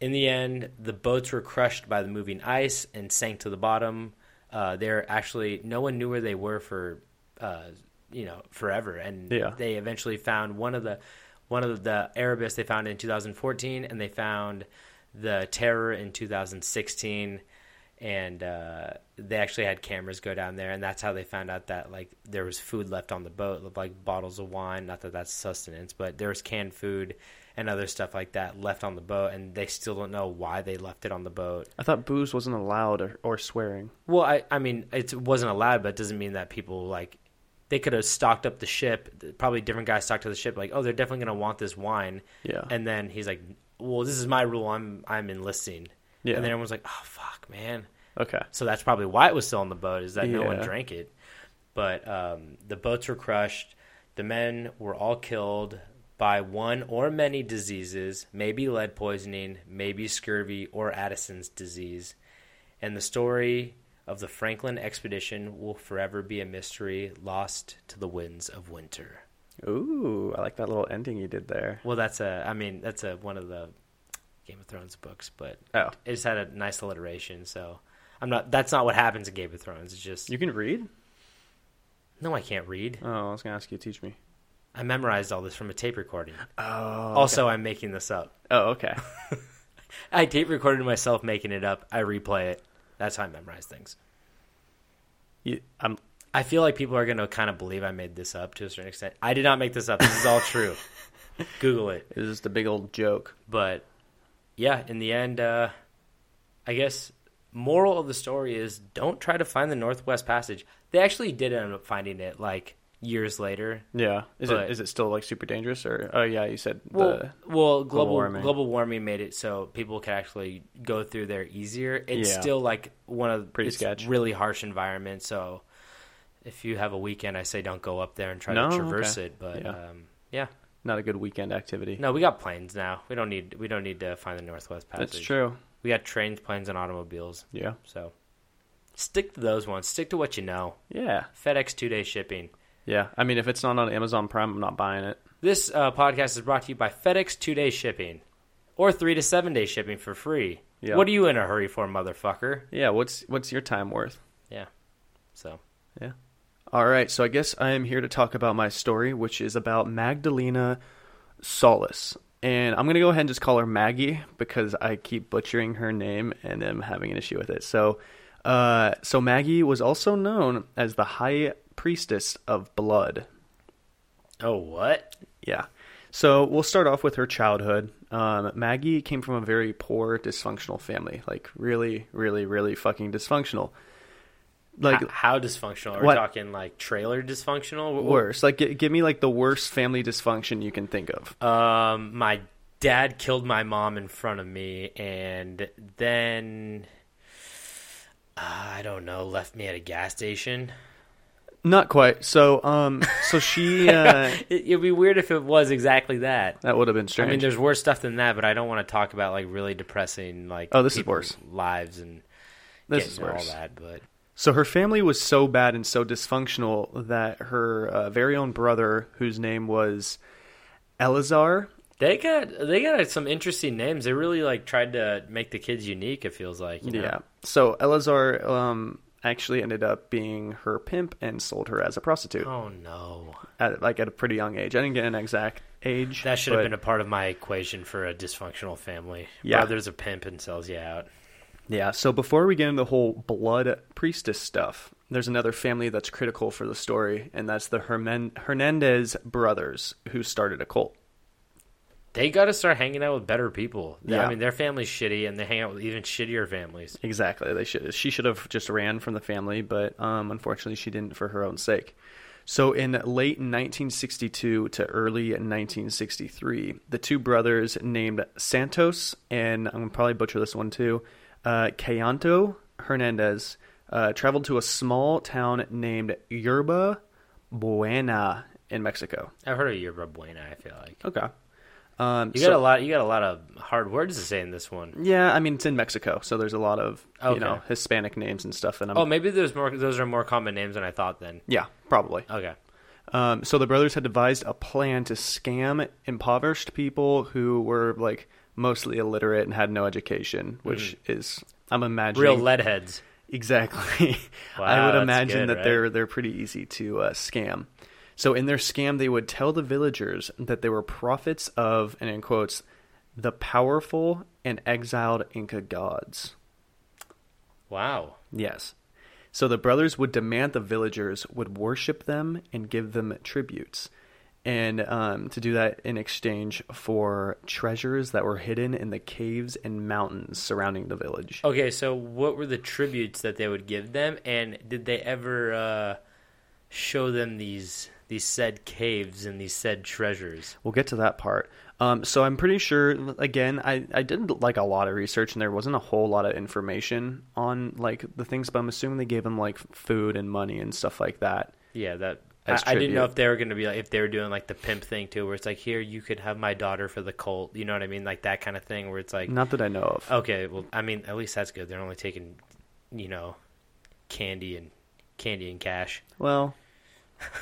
Speaker 6: in the end, the boats were crushed by the moving ice and sank to the bottom. Uh, they're actually no one knew where they were for, uh, you know, forever. And
Speaker 7: Yeah.
Speaker 6: they eventually found one of the one of the Erebus they found in 2014, and they found the Terror in 2016. And uh, they actually had cameras go down there, and that's how they found out that like there was food left on the boat, like bottles of wine. Not that that's sustenance, but there was canned food and other stuff like that left on the boat, and they still don't know why they left it on the boat.
Speaker 7: I thought booze wasn't allowed or, or swearing.
Speaker 6: Well, I, I mean, it wasn't allowed, but it doesn't mean that people like they could have stocked up the ship. Probably different guys stocked up the ship, like, oh, they're definitely going to want this wine.
Speaker 7: Yeah.
Speaker 6: And then he's like, well, this is my rule. I'm I'm enlisting.
Speaker 7: Yeah.
Speaker 6: And then everyone's like, oh fuck, man.
Speaker 7: Okay.
Speaker 6: So that's probably why it was still on the boat is that no one
Speaker 7: Yeah.
Speaker 6: drank it. But um, the boats were crushed. The men were all killed by one or many diseases, maybe lead poisoning, maybe scurvy or Addison's disease. And the story of the Franklin expedition will forever be a mystery lost to the winds of winter.
Speaker 7: Ooh, I like that little ending you did there.
Speaker 6: Well, that's a. I mean, that's a one of the Game of Thrones books, but
Speaker 7: Oh.
Speaker 6: it just had a nice alliteration. So I'm not. That's not what happens in Game of Thrones. It's just
Speaker 7: You can read?
Speaker 6: no, I can't read.
Speaker 7: Oh, I was gonna ask you to teach me.
Speaker 6: I memorized all this from a tape recording. Oh. Also, I'm making this up.
Speaker 7: Oh, okay.
Speaker 6: I tape recorded myself making it up. I replay it. That's how I memorize things.
Speaker 7: you, I'm
Speaker 6: I feel like people are going to kind of believe I made this up to a certain extent. I did not make this up. This is all true. Google it.
Speaker 7: it was just a big old joke.
Speaker 6: but yeah, in the end, uh, I guess moral of the story is don't try to find the Northwest Passage. They actually did end up finding it like years later.
Speaker 7: Yeah. Is
Speaker 6: But-
Speaker 7: it is it still like super dangerous or oh yeah, you said
Speaker 6: Well,
Speaker 7: the
Speaker 6: well, global global warming.
Speaker 7: warming.
Speaker 6: made it so people could actually go through there easier. It's
Speaker 7: Yeah.
Speaker 6: still like one of the
Speaker 7: Pretty
Speaker 6: it's
Speaker 7: sketch.
Speaker 6: really harsh environment. So if you have a weekend, I say don't go up there and try
Speaker 7: No,
Speaker 6: to traverse
Speaker 7: okay.
Speaker 6: it. But
Speaker 7: Yeah.
Speaker 6: um, yeah,
Speaker 7: not a good weekend activity.
Speaker 6: no, we got planes now. We don't need we don't need to find the Northwest Passage.
Speaker 7: That's true.
Speaker 6: We got trains, planes, and automobiles.
Speaker 7: Yeah.
Speaker 6: So stick to those ones. Stick to what you know.
Speaker 7: Yeah.
Speaker 6: FedEx two day shipping.
Speaker 7: Yeah. I mean if it's not on Amazon Prime, I'm not buying it.
Speaker 6: This uh, podcast is brought to you by FedEx two day shipping or three to seven day shipping for free.
Speaker 7: Yeah.
Speaker 6: What are you in a hurry for, motherfucker?
Speaker 7: Yeah, what's what's your time worth?
Speaker 6: Yeah. So
Speaker 7: Yeah. All right. So I guess I am here to talk about my story, which is about Magdalena Solis. And I'm going to go ahead and just call her Maggie because I keep butchering her name and am having an issue with it. So, uh, so Maggie was also known as the High Priestess of Blood.
Speaker 6: Oh what?
Speaker 7: Yeah. So we'll start off with her childhood. Um, Maggie came from a very poor, dysfunctional family. Like, really, really, really fucking dysfunctional. Like,
Speaker 6: H- how dysfunctional? Are we
Speaker 7: What?
Speaker 6: talking like trailer dysfunctional? W-
Speaker 7: worse. Like, g- give me like the worst family dysfunction you can think of. Uh,
Speaker 6: Um my dad killed my mom in front of me and then uh, I don't know, left me at a gas station.
Speaker 7: Not quite. So, um, so she uh,
Speaker 6: It, it'd be weird if it was exactly that.
Speaker 7: that would have been
Speaker 6: I
Speaker 7: strange.
Speaker 6: mean, there's worse stuff than that, but I don't want to talk about like really depressing like
Speaker 7: Oh, this is
Speaker 6: people's
Speaker 7: worse.
Speaker 6: lives and
Speaker 7: this
Speaker 6: getting
Speaker 7: is
Speaker 6: to
Speaker 7: worse.
Speaker 6: all that. But
Speaker 7: So her family was so bad and so dysfunctional that her uh, very own brother, whose name was Elazar,
Speaker 6: they got they got some interesting names. They really like tried to make the kids unique. It feels like you know?
Speaker 7: yeah. So Elazar um, actually ended up being her pimp and sold her as a prostitute,
Speaker 6: Oh no,
Speaker 7: at, like at a pretty young age. I didn't get an exact age.
Speaker 6: that should have
Speaker 7: but-
Speaker 6: been a part of my equation for a dysfunctional family.
Speaker 7: Yeah.
Speaker 6: Brother's a pimp and sells you out.
Speaker 7: Yeah. So before we get into the whole blood priestess stuff, there's another family that's critical for the story, and that's the Hermen- Hernandez brothers who started a cult.
Speaker 6: They got to start hanging out with better people.
Speaker 7: Yeah.
Speaker 6: I mean, their family's shitty, and they hang out with even shittier families.
Speaker 7: Exactly. They should. She should have just ran from the family, but um, unfortunately, she didn't for her own sake. So, in late 1962 to early 1963, the two brothers named Santos and I'm gonna probably butcher this one too, uh, Cayanto Hernandez, uh, traveled to a small town named Yerba Buena in Mexico.
Speaker 6: I've heard of Yerba Buena. I feel like
Speaker 7: Okay. Um,
Speaker 6: you
Speaker 7: so-
Speaker 6: got a lot. You got a lot of hard words to say in this one.
Speaker 7: yeah, I mean it's in Mexico, so there's a lot of you
Speaker 6: Okay.
Speaker 7: know Hispanic names and stuff. That I'm,
Speaker 6: Oh, maybe there's more. Those are more common names than I thought. Then
Speaker 7: yeah, probably.
Speaker 6: okay.
Speaker 7: Um, so the brothers had devised a plan to scam impoverished people who were like mostly illiterate and had no education, which is I'm imagining
Speaker 6: Hmm. Real leadheads.
Speaker 7: exactly. I
Speaker 6: Wow,
Speaker 7: would
Speaker 6: that's
Speaker 7: imagine
Speaker 6: good,
Speaker 7: that
Speaker 6: right?
Speaker 7: they're they're pretty easy to uh, scam. So in their scam, they would tell the villagers that they were prophets of and in quotes the powerful and exiled Inca gods.
Speaker 6: Wow.
Speaker 7: Yes. So the brothers would demand the villagers would worship them and give them tributes. And um, to do that in exchange for treasures that were hidden in the caves and mountains surrounding the village.
Speaker 6: Okay, so what were the tributes that they would give them, and did they ever uh, show them these these said caves and these said treasures?
Speaker 7: We'll get to that part. Um, so I'm pretty sure. Again, I, I did like a lot of research, and there wasn't a whole lot of information on like the things. But I'm assuming they gave them like food and money and stuff like that.
Speaker 6: Yeah, that I,
Speaker 7: As
Speaker 6: I didn't know
Speaker 7: tribute.
Speaker 6: if they were going to be like if they were doing like the pimp thing too, where it's like here you could have my daughter for the cult, you know what I mean, like that kind of thing, where it's like
Speaker 7: Not that I know of.
Speaker 6: okay, well, I mean at least that's good. They're only taking you know candy and candy and cash.
Speaker 7: Well,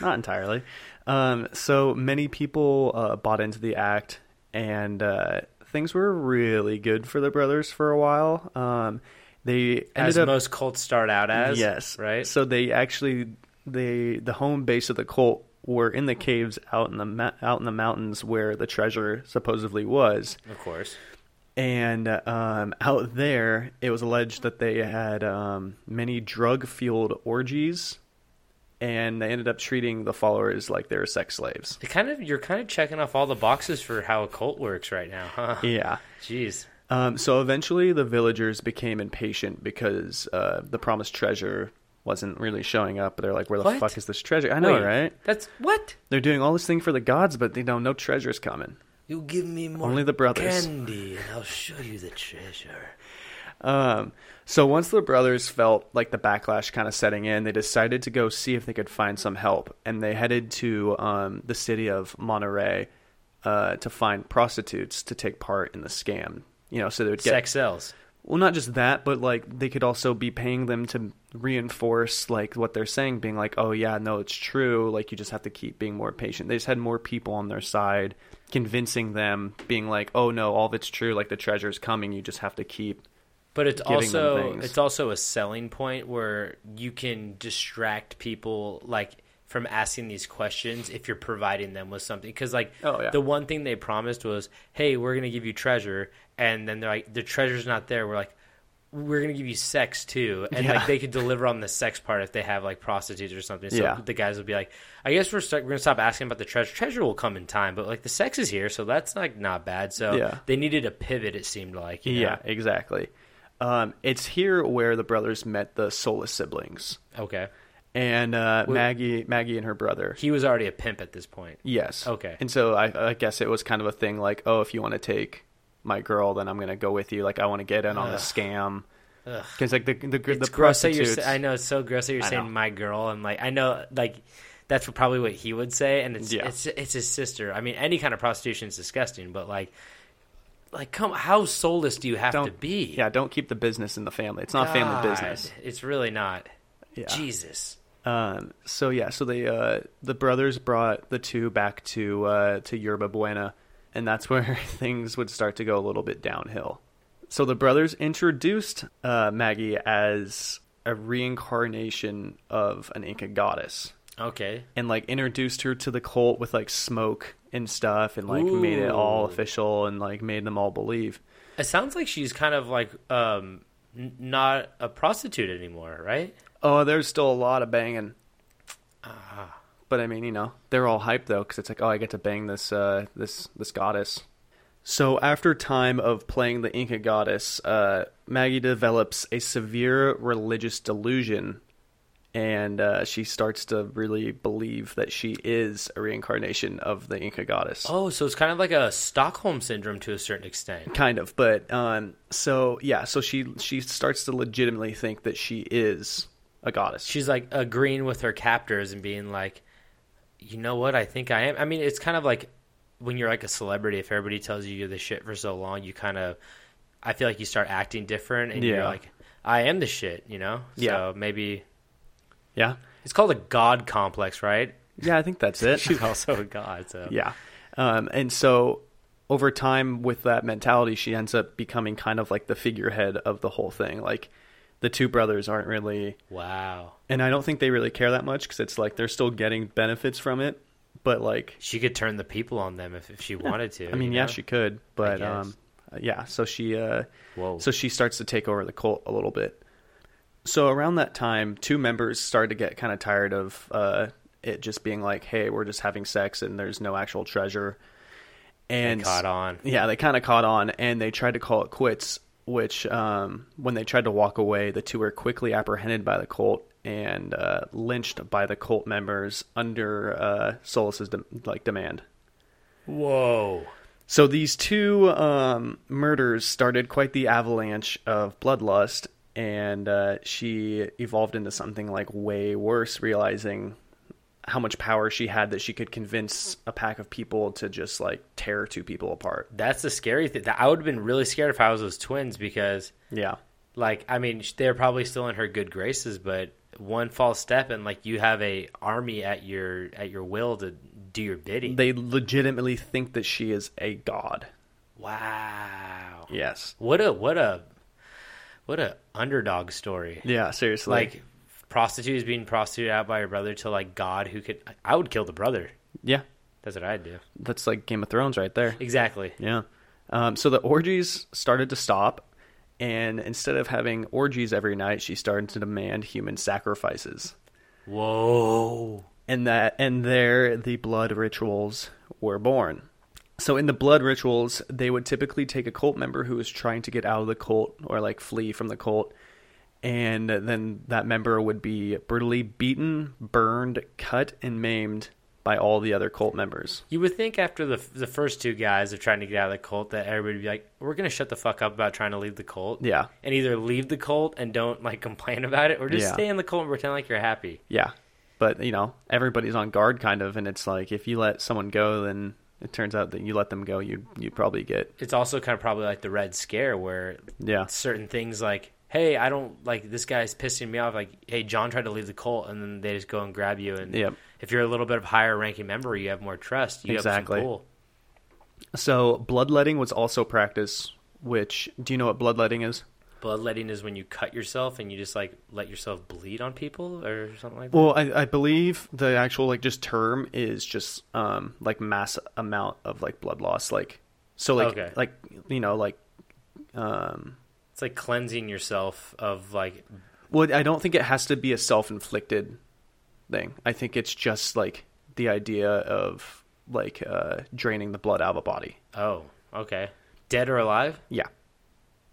Speaker 7: not entirely. Um, so many people uh, bought into the act, and uh, things were really good for the brothers for a while. Um, they ended
Speaker 6: As
Speaker 7: up
Speaker 6: most cults start out as
Speaker 7: yes,
Speaker 6: right.
Speaker 7: So they actually they the home base of the cult were in the caves out in the ma- out in the mountains where the treasure supposedly was
Speaker 6: of course,
Speaker 7: and um, out there it was alleged that they had um, many drug fueled orgies and they ended up treating the followers like they were sex slaves
Speaker 6: It kind of you're kind of checking off all the boxes for how a cult works right now, huh?
Speaker 7: yeah
Speaker 6: Jeez.
Speaker 7: um, so eventually the villagers became impatient because uh, the promised treasure wasn't really showing up they're like where the
Speaker 6: What?
Speaker 7: fuck is this treasure i know
Speaker 6: Wait,
Speaker 7: right
Speaker 6: That's what?
Speaker 7: they're doing all this thing for the gods but they don't no treasure's coming
Speaker 6: You give me more
Speaker 7: Only the brothers.
Speaker 6: candy and I'll show you the treasure.
Speaker 7: Um, so once the brothers felt like the backlash kind of setting in, they decided to go see if they could find some help, and they headed to um, the city of Monterey uh, to find prostitutes to take part in the scam. You know, so they would get
Speaker 6: Sex sells.
Speaker 7: well, not just that, but like they could also be paying them to reinforce like what they're saying, being like, "Oh yeah, no, it's true." Like you just have to keep being more patient. They just had more people on their side, convincing them, being like, "Oh no, all of it's true. Like the treasure's coming. You just have to keep."
Speaker 6: But it's
Speaker 7: Giving them
Speaker 6: also
Speaker 7: things.
Speaker 6: it's also a selling point where you can distract people like from asking these questions if you're providing them with something because like
Speaker 7: Oh, yeah.
Speaker 6: the one thing they promised was hey we're gonna give you treasure and then they're like the treasure's not there we're like we're gonna give you sex too and
Speaker 7: Yeah.
Speaker 6: like they could deliver on the sex part if they have like prostitutes or something so
Speaker 7: Yeah.
Speaker 6: the guys would be like i guess we're, stuck we're gonna stop asking about the treasure treasure will come in time but like the sex is here so that's like not bad so
Speaker 7: Yeah.
Speaker 6: they needed a pivot it seemed like you know?
Speaker 7: Yeah, exactly. Um, it's here where the brothers met the soulless siblings
Speaker 6: okay
Speaker 7: and uh, Maggie, Maggie and her brother.
Speaker 6: He was already a pimp at this point.
Speaker 7: Yes.
Speaker 6: Okay.
Speaker 7: And so I, I guess it was kind of a thing like, oh, if you want to take my girl, then I'm gonna go with you. Like I want to get in on the scam. Because like the the, the,
Speaker 6: It's gross that you're.
Speaker 7: prostitutes.
Speaker 6: sa- I know it's so gross that you're
Speaker 7: know.
Speaker 6: saying my girl, and like I know like that's probably what he would say, and it's
Speaker 7: Yeah.
Speaker 6: it's it's his sister. I mean, any kind of prostitution is disgusting, but like, like come, how soulless do you have to
Speaker 7: Don't
Speaker 6: be?
Speaker 7: Yeah, don't keep the business in the family. It's not family
Speaker 6: God,
Speaker 7: business.
Speaker 6: It's really not.
Speaker 7: Yeah.
Speaker 6: Jesus.
Speaker 7: Um, so yeah, so they uh, the brothers brought the two back to uh, to Yerba Buena, and that's where things would start to go a little bit downhill. So the brothers introduced uh, Maggie as a reincarnation of an Inca goddess,
Speaker 6: Okay.
Speaker 7: and like introduced her to the cult with like smoke and stuff, and like made it all
Speaker 6: Ooh.
Speaker 7: official and like made them all believe.
Speaker 6: It sounds like she's kind of like um n- not a prostitute anymore, right?
Speaker 7: Oh, there's still a lot of banging. Ah, But I mean, you know, they're all hyped though because it's like, oh, I get to bang this uh, this this goddess. So after time of playing the Inca goddess, uh, Maggie develops a severe religious delusion, and uh, she starts to really believe that she is a reincarnation of the Inca goddess.
Speaker 6: Oh, so it's kind of like a Stockholm syndrome to a certain extent.
Speaker 7: kind of but um so yeah so she she starts to legitimately think that she is a goddess
Speaker 6: She's like agreeing with her captors and being like, you know what? I think I am. I mean, it's kind of like when you're like a celebrity. If everybody tells you you're the shit for so long, you kind of, I feel like you start acting different, and you're
Speaker 7: Yeah.
Speaker 6: like, I am the shit. You know?
Speaker 7: Yeah.
Speaker 6: So maybe
Speaker 7: yeah
Speaker 6: it's called a god complex, right?
Speaker 7: yeah i think that's it
Speaker 6: She's also a god. So
Speaker 7: yeah um and so over time with that mentality she ends up becoming kind of like the figurehead of the whole thing like the two brothers aren't really
Speaker 6: Wow.
Speaker 7: and i don't think they really care that much because it's like they're still getting benefits from it but like
Speaker 6: She could turn the people on them if, if she wanted to.
Speaker 7: I mean,
Speaker 6: you
Speaker 7: yeah,
Speaker 6: know?
Speaker 7: she could, but
Speaker 6: guess.
Speaker 7: um, yeah. So she, uh,
Speaker 6: Whoa.
Speaker 7: so she starts to take over the cult a little bit. So around that time, two members started to get kind of tired of uh, it just being like, "Hey, we're just having sex, and there's no actual treasure." And
Speaker 6: caught on.
Speaker 7: Yeah, they kind of caught on, and they tried to call it quits. Which, um, when they tried to walk away, the two were quickly apprehended by the cult and uh, lynched by the cult members under uh, Solace's de- like demand.
Speaker 6: Whoa.
Speaker 7: So these two um, murders started quite the avalanche of bloodlust, and uh, she evolved into something like way worse, realizing how much power she had that she could convince a pack of people to just like tear two people apart.
Speaker 6: That's the scary thing. I would have been really scared if I was those twins because,
Speaker 7: Yeah.
Speaker 6: like, I mean, sh- they're probably still in her good graces, but one false step and like you have a army at your at your will to do your bidding.
Speaker 7: They legitimately think that she is a god.
Speaker 6: wow.
Speaker 7: Yes.
Speaker 6: What a what a what a underdog story.
Speaker 7: Yeah, seriously.
Speaker 6: Like prostitute is being prostituted out by her brother to like God who could I would kill the brother.
Speaker 7: yeah,
Speaker 6: That's what I'd do.
Speaker 7: that's like Game of Thrones right there.
Speaker 6: Exactly.
Speaker 7: Yeah. Um, so the orgies started to stop, and instead of having orgies every night, she started to demand human sacrifices.
Speaker 6: Whoa.
Speaker 7: And that, and there, the blood rituals were born. So in the blood rituals, they would typically take a cult member who was trying to get out of the cult or like flee from the cult, and then that member would be brutally beaten, burned, cut, and maimed by all the other cult members.
Speaker 6: You would think after the the first two guys of trying to get out of the cult that everybody would be like, "We're gonna shut the fuck up about trying to leave the cult."
Speaker 7: Yeah.
Speaker 6: and either leave the cult and don't like complain about it, or just
Speaker 7: Yeah.
Speaker 6: stay in the cult and pretend like you're happy.
Speaker 7: Yeah. But, you know, everybody's on guard kind of and it's like if you let someone go then it turns out that you let them go you you probably get
Speaker 6: It's also kind of probably like the Red Scare where
Speaker 7: yeah.
Speaker 6: certain things like, "Hey, I don't like this guy's pissing me off." Like, "Hey, John tried to leave the cult," and then they just go and grab you. And
Speaker 7: Yep.
Speaker 6: if you're a little bit of higher ranking member, you have more trust. You
Speaker 7: Exactly.
Speaker 6: Have some pull.
Speaker 7: So bloodletting was also practiced, which do you know what bloodletting is?
Speaker 6: Bloodletting is when you cut yourself and you just like let yourself bleed on people or something like that.
Speaker 7: Well, I, I believe the actual like just term is just um like mass amount of like blood loss. Like so like
Speaker 6: Okay.
Speaker 7: like you know, like
Speaker 6: It's like cleansing yourself of like
Speaker 7: Well, I don't think it has to be a self-inflicted thing. I think it's just like the idea of like uh, draining the blood out of a body.
Speaker 6: oh, okay. Dead or alive?
Speaker 7: Yeah.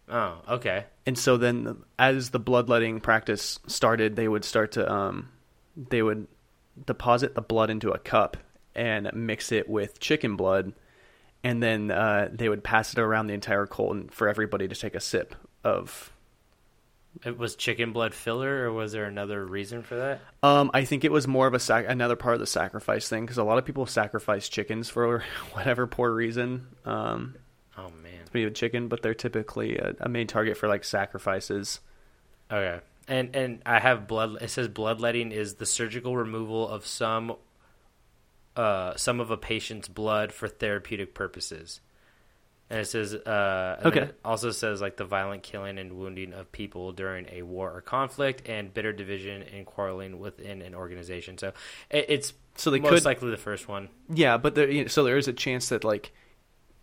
Speaker 6: Oh, okay.
Speaker 7: And so then, as the bloodletting practice started, they would start to um, they would deposit the blood into a cup and mix it with chicken blood, and then uh, they would pass it around the entire cult and for everybody to take a sip of.
Speaker 6: It was chicken blood filler or was there another reason for that?
Speaker 7: Um, I think it was more of a sac- another part of the sacrifice thing because a lot of people sacrifice chickens for whatever poor reason. Um,
Speaker 6: Oh man.
Speaker 7: we have chicken, but they're typically a, a main target for like sacrifices.
Speaker 6: Okay. And and I have blood it says bloodletting is the surgical removal of some uh some of a patient's blood for therapeutic purposes. And it says uh and then
Speaker 7: Okay.
Speaker 6: it also says like the violent killing and wounding of people during a war or conflict and bitter division and quarreling within an organization. So it, it's
Speaker 7: So they
Speaker 6: most
Speaker 7: could-
Speaker 6: likely the first one.
Speaker 7: Yeah, but there, you know, so there is a chance that like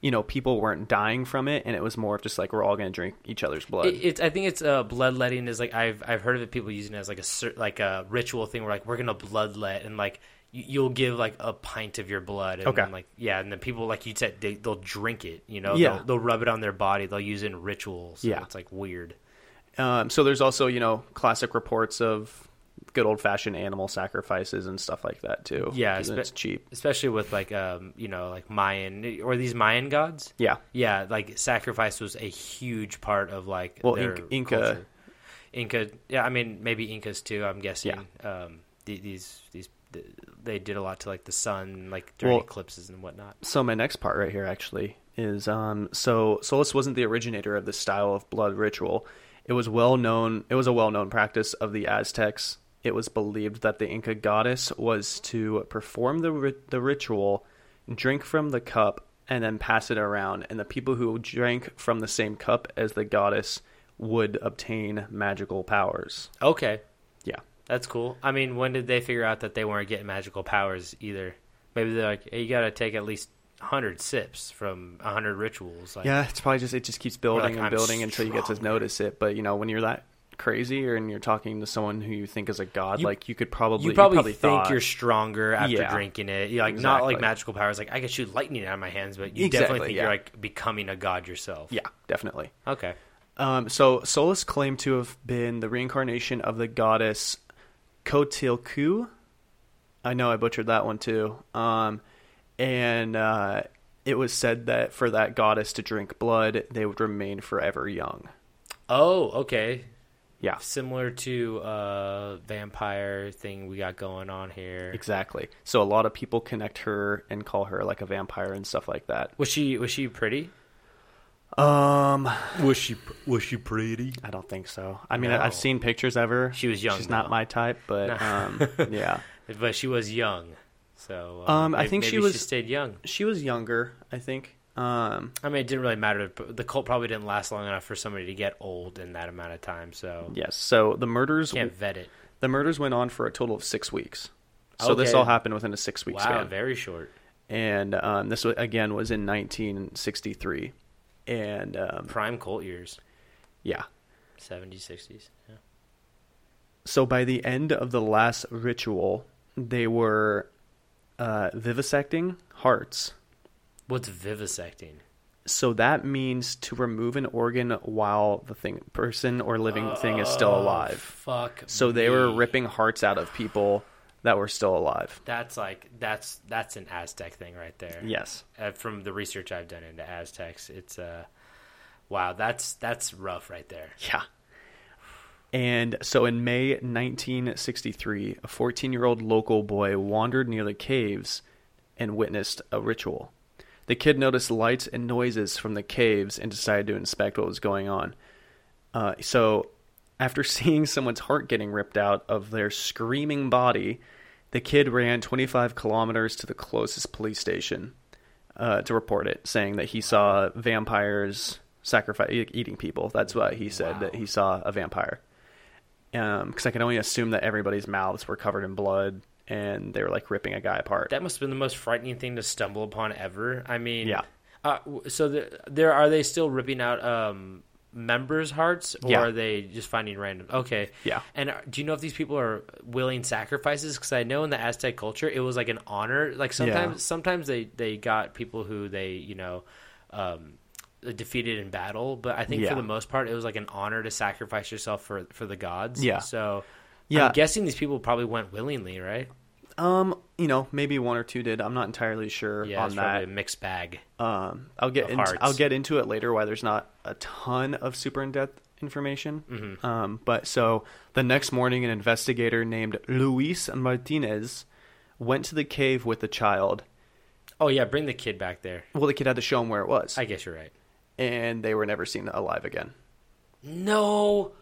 Speaker 7: you know, people weren't dying from it, and it was more of just like we're all going to drink each other's blood.
Speaker 6: It, it's I think it's uh, bloodletting is like I've I've heard of it. People using it as like a cer- like a ritual thing where like we're gonna bloodlet and like you, you'll give like a pint of your blood. And
Speaker 7: Okay.
Speaker 6: Then, like yeah, and then people like you said they, they'll drink it. You know.
Speaker 7: Yeah.
Speaker 6: They'll, they'll rub it on their body. They'll use it in rituals. So
Speaker 7: Yeah.
Speaker 6: It's like weird.
Speaker 7: Um, so there's also you know classic reports of good old fashioned animal sacrifices and stuff like that too.
Speaker 6: Yeah.
Speaker 7: 'cause
Speaker 6: espe-
Speaker 7: it's cheap.
Speaker 6: Especially with like um you know like Mayan or these Mayan gods.
Speaker 7: Yeah.
Speaker 6: Yeah. Like sacrifice was a huge part of like
Speaker 7: Well,
Speaker 6: their
Speaker 7: Inca- Inca-
Speaker 6: culture. Inca. Yeah. I mean maybe Incas too. I'm guessing. Um. the- These these th- they did a lot to like the sun like during
Speaker 7: Well-
Speaker 6: eclipses and whatnot.
Speaker 7: So my next part right here actually is um so Solus wasn't the originator of this style of blood ritual. It was well known it was a well known practice of the Aztecs. It was believed that the Inca goddess was to perform the ri- the ritual, drink from the cup and then pass it around and the people who drank from the same cup as the goddess would obtain magical powers.
Speaker 6: Okay.
Speaker 7: Yeah.
Speaker 6: That's cool. I mean, when did they figure out that they weren't getting magical powers either? Maybe they're like, hey, you got to take at least 100 sips from 100 rituals. Like,
Speaker 7: Yeah, it's probably just it just keeps building
Speaker 6: like,
Speaker 7: and
Speaker 6: "I'm
Speaker 7: building until you get to
Speaker 6: stronger."
Speaker 7: notice it. But you know, when you're that crazy or and you're talking to someone who you think is a god,
Speaker 6: You-
Speaker 7: like you could probably
Speaker 6: You probably,
Speaker 7: you probably
Speaker 6: think
Speaker 7: thought-
Speaker 6: you're stronger after
Speaker 7: Yeah.
Speaker 6: drinking it. You're like not like
Speaker 7: Exactly.
Speaker 6: magical powers. Like I could shoot lightning out of my hands, but you
Speaker 7: Exactly,
Speaker 6: definitely think
Speaker 7: yeah.
Speaker 6: you're like becoming a god yourself.
Speaker 7: yeah, definitely.
Speaker 6: Okay.
Speaker 7: Um, so Solus claimed to have been the reincarnation of the goddess Kotilku. I know I butchered that one too. Um, and uh, it was said that for that goddess to drink blood, they would remain forever young.
Speaker 6: Oh, okay.
Speaker 7: Yeah,
Speaker 6: Similar to uh vampire thing we got going on here.
Speaker 7: exactly. So a lot of people connect her and call her like a vampire and stuff like that.
Speaker 6: Was she was she pretty?
Speaker 7: Um,
Speaker 6: Was she was she pretty?
Speaker 7: I don't think so. I mean,
Speaker 6: No.
Speaker 7: I've seen pictures of her.
Speaker 6: She was young,
Speaker 7: She's not
Speaker 6: though.
Speaker 7: my type, but um, yeah,
Speaker 6: But she was young. So uh,
Speaker 7: Um, I
Speaker 6: may-
Speaker 7: think she
Speaker 6: maybe
Speaker 7: was-
Speaker 6: stayed young.
Speaker 7: she was younger. I think. Um,
Speaker 6: I mean, it didn't really matter. The cult probably didn't last long enough for somebody to get old in that amount of time. So
Speaker 7: yes. So the murders,
Speaker 6: can't vet it.
Speaker 7: the murders went on for a total of six weeks. So this
Speaker 6: Okay.
Speaker 7: all happened within a six week
Speaker 6: Wow,
Speaker 7: span.
Speaker 6: very short.
Speaker 7: and um, this was, again was in 1963, and um,
Speaker 6: Prime cult years,
Speaker 7: yeah.
Speaker 6: 70s, 60s. Yeah.
Speaker 7: So by the end of the last ritual, they were uh, vivisecting hearts.
Speaker 6: What's vivisecting?
Speaker 7: So that means to remove an organ while the thing person or living thing is still alive.
Speaker 6: Fuck.
Speaker 7: So they were
Speaker 6: me.
Speaker 7: ripping hearts out of people that were still alive.
Speaker 6: That's like that's that's an Aztec thing right there.
Speaker 7: Yes.
Speaker 6: Uh, from the research I've done into Aztecs, it's uh, wow, that's that's rough right there.
Speaker 7: Yeah. And so in May 1963, a 14-year-old local boy wandered near the caves and witnessed a ritual. The kid noticed lights and noises from the caves and decided to inspect what was going on. Uh, so, after seeing someone's heart getting ripped out of their screaming body, the kid ran 25 kilometers to the closest police station uh, to report it, saying that he saw vampires sacrifice eating people. That's what he said that he saw a vampire. Because I can only assume that everybody's mouths were covered in blood and they were like ripping a guy apart.
Speaker 6: That must have been the most frightening thing to stumble upon ever. I mean,
Speaker 7: Yeah.
Speaker 6: Uh, w- so the, there are they still ripping out um, members' hearts, or
Speaker 7: Yeah.
Speaker 6: are they just finding random? Okay,
Speaker 7: Yeah.
Speaker 6: And are, do you know if these people are willing sacrifices? Because I know in the Aztec culture, it was like an honor. Like sometimes, sometimes they they got people who they you know. Um, defeated in battle but i think
Speaker 7: Yeah.
Speaker 6: for the most part it was like an honor to sacrifice yourself for for the gods
Speaker 7: Yeah.
Speaker 6: so
Speaker 7: Yeah.
Speaker 6: i'm guessing these people probably went willingly right
Speaker 7: Um, you know, maybe one or two did. I'm not entirely sure
Speaker 6: yeah
Speaker 7: on
Speaker 6: it's probably
Speaker 7: that.
Speaker 6: a mixed bag
Speaker 7: Um, I'll get
Speaker 6: of
Speaker 7: into,
Speaker 6: hearts.
Speaker 7: I'll get into it later. Why there's not a ton of super in depth information.
Speaker 6: Mm-hmm.
Speaker 7: Um, but so the next morning, an investigator named Luis Martinez went to the cave with the child.
Speaker 6: Oh yeah, bring the kid back there.
Speaker 7: Well, the kid had to show him where it was,
Speaker 6: I guess you're right.
Speaker 7: and they were never seen alive again.
Speaker 6: No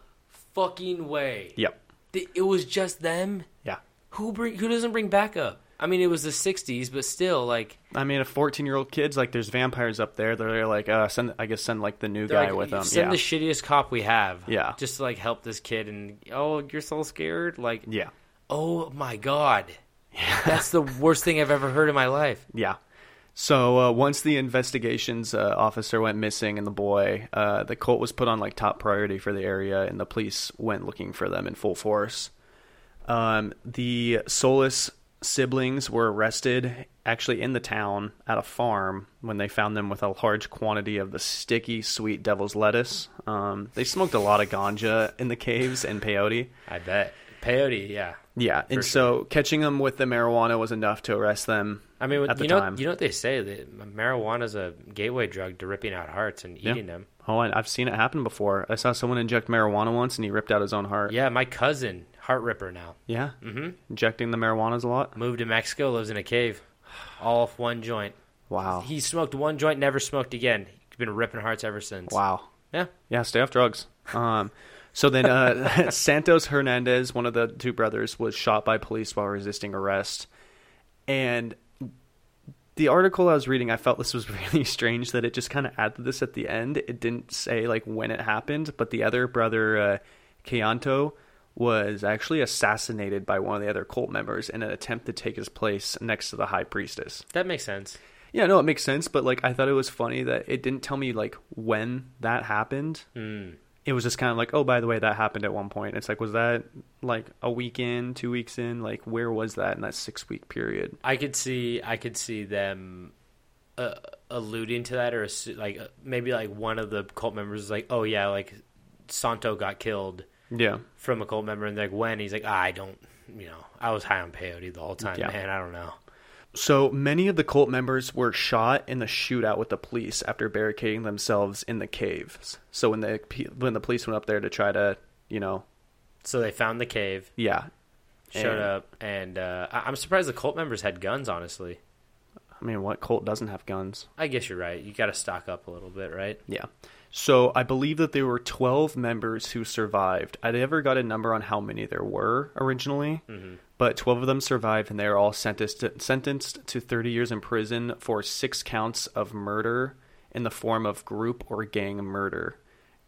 Speaker 6: fucking way.
Speaker 7: Yep.
Speaker 6: Th- It was just them.
Speaker 7: Yeah.
Speaker 6: Who bring? Who doesn't bring backup? I mean, it was the '60s, but still, like,
Speaker 7: I mean, a 14 year old kid's like, there's vampires up there. They're like, uh, send. I guess send like the new
Speaker 6: they're
Speaker 7: guy
Speaker 6: like,
Speaker 7: with them.
Speaker 6: send
Speaker 7: Yeah.
Speaker 6: the shittiest cop we have.
Speaker 7: Yeah.
Speaker 6: just to like help this kid. And oh, you're so scared. Like,
Speaker 7: yeah.
Speaker 6: oh my god, that's the worst thing I've ever heard in my life.
Speaker 7: Yeah. So uh, once the investigations uh, officer went missing and the boy, uh, the cult was put on like top priority for the area, and the police went looking for them in full force. Um, the Solis siblings were arrested actually in the town at a farm when they found them with a large quantity of the sticky sweet devil's lettuce. Um, they smoked a lot of ganja in the caves and peyote.
Speaker 6: I bet peyote. Yeah.
Speaker 7: Yeah, and so catching them with the marijuana was enough to arrest them.
Speaker 6: I mean,
Speaker 7: at the
Speaker 6: you know,
Speaker 7: time.
Speaker 6: you know what they say that marijuana's a gateway drug to ripping out hearts and eating them.
Speaker 7: Oh, I, I've seen it happen before. I saw someone inject marijuana once, and he ripped out his own heart.
Speaker 6: Yeah, my cousin, heart ripper now,
Speaker 7: yeah. Mm-hmm. Injecting the marijuana's a lot.
Speaker 6: moved to Mexico, lives in a cave, all off one joint.
Speaker 7: Wow.
Speaker 6: He smoked one joint, never smoked again. He's been ripping hearts ever since.
Speaker 7: wow.
Speaker 6: Yeah.
Speaker 7: Yeah, stay off drugs. Um, so then uh, Santos Hernandez, one of the two brothers, was shot by police while resisting arrest. And the article I was reading, I felt this was really strange that it just kind of added this at the end. It didn't say like when it happened, but the other brother, uh, Keanto, was actually assassinated by one of the other cult members in an attempt to take his place next to the high priestess.
Speaker 6: That makes sense.
Speaker 7: Yeah, no, it makes sense, but like I thought it was funny that it didn't tell me like when that happened. It was just kind of like, oh, by the way, that happened at one point. It's like, was that like a week in, two weeks in? Like, where was that in that six week period?
Speaker 6: I could see I could see them uh, alluding to that, or assu- like uh, maybe like one of the cult members is like, "Oh yeah, like Santo got killed
Speaker 7: Yeah,
Speaker 6: from a cult member," and they're like, "When?" He's like, "I don't, you know, I was high on peyote the whole time,
Speaker 7: Yeah.
Speaker 6: man. I don't know."
Speaker 7: So many of the cult members were shot in the shootout with the police after barricading themselves in the caves. So when the pe- when the police went up there to try to, you know,
Speaker 6: So they found the cave,
Speaker 7: yeah,
Speaker 6: showed
Speaker 7: And-
Speaker 6: up, and uh, I- I'm surprised the cult members had guns. Honestly,
Speaker 7: I mean, what cult doesn't have guns?
Speaker 6: I guess you're right. You got to stock up a little bit, right?
Speaker 7: Yeah. So I believe that there were 12 members who survived. I never got a number on how many there were originally, but 12 of them survived, and they were all sentenced to, sentenced to 30 years in prison for six counts of murder in the form of group or gang murder.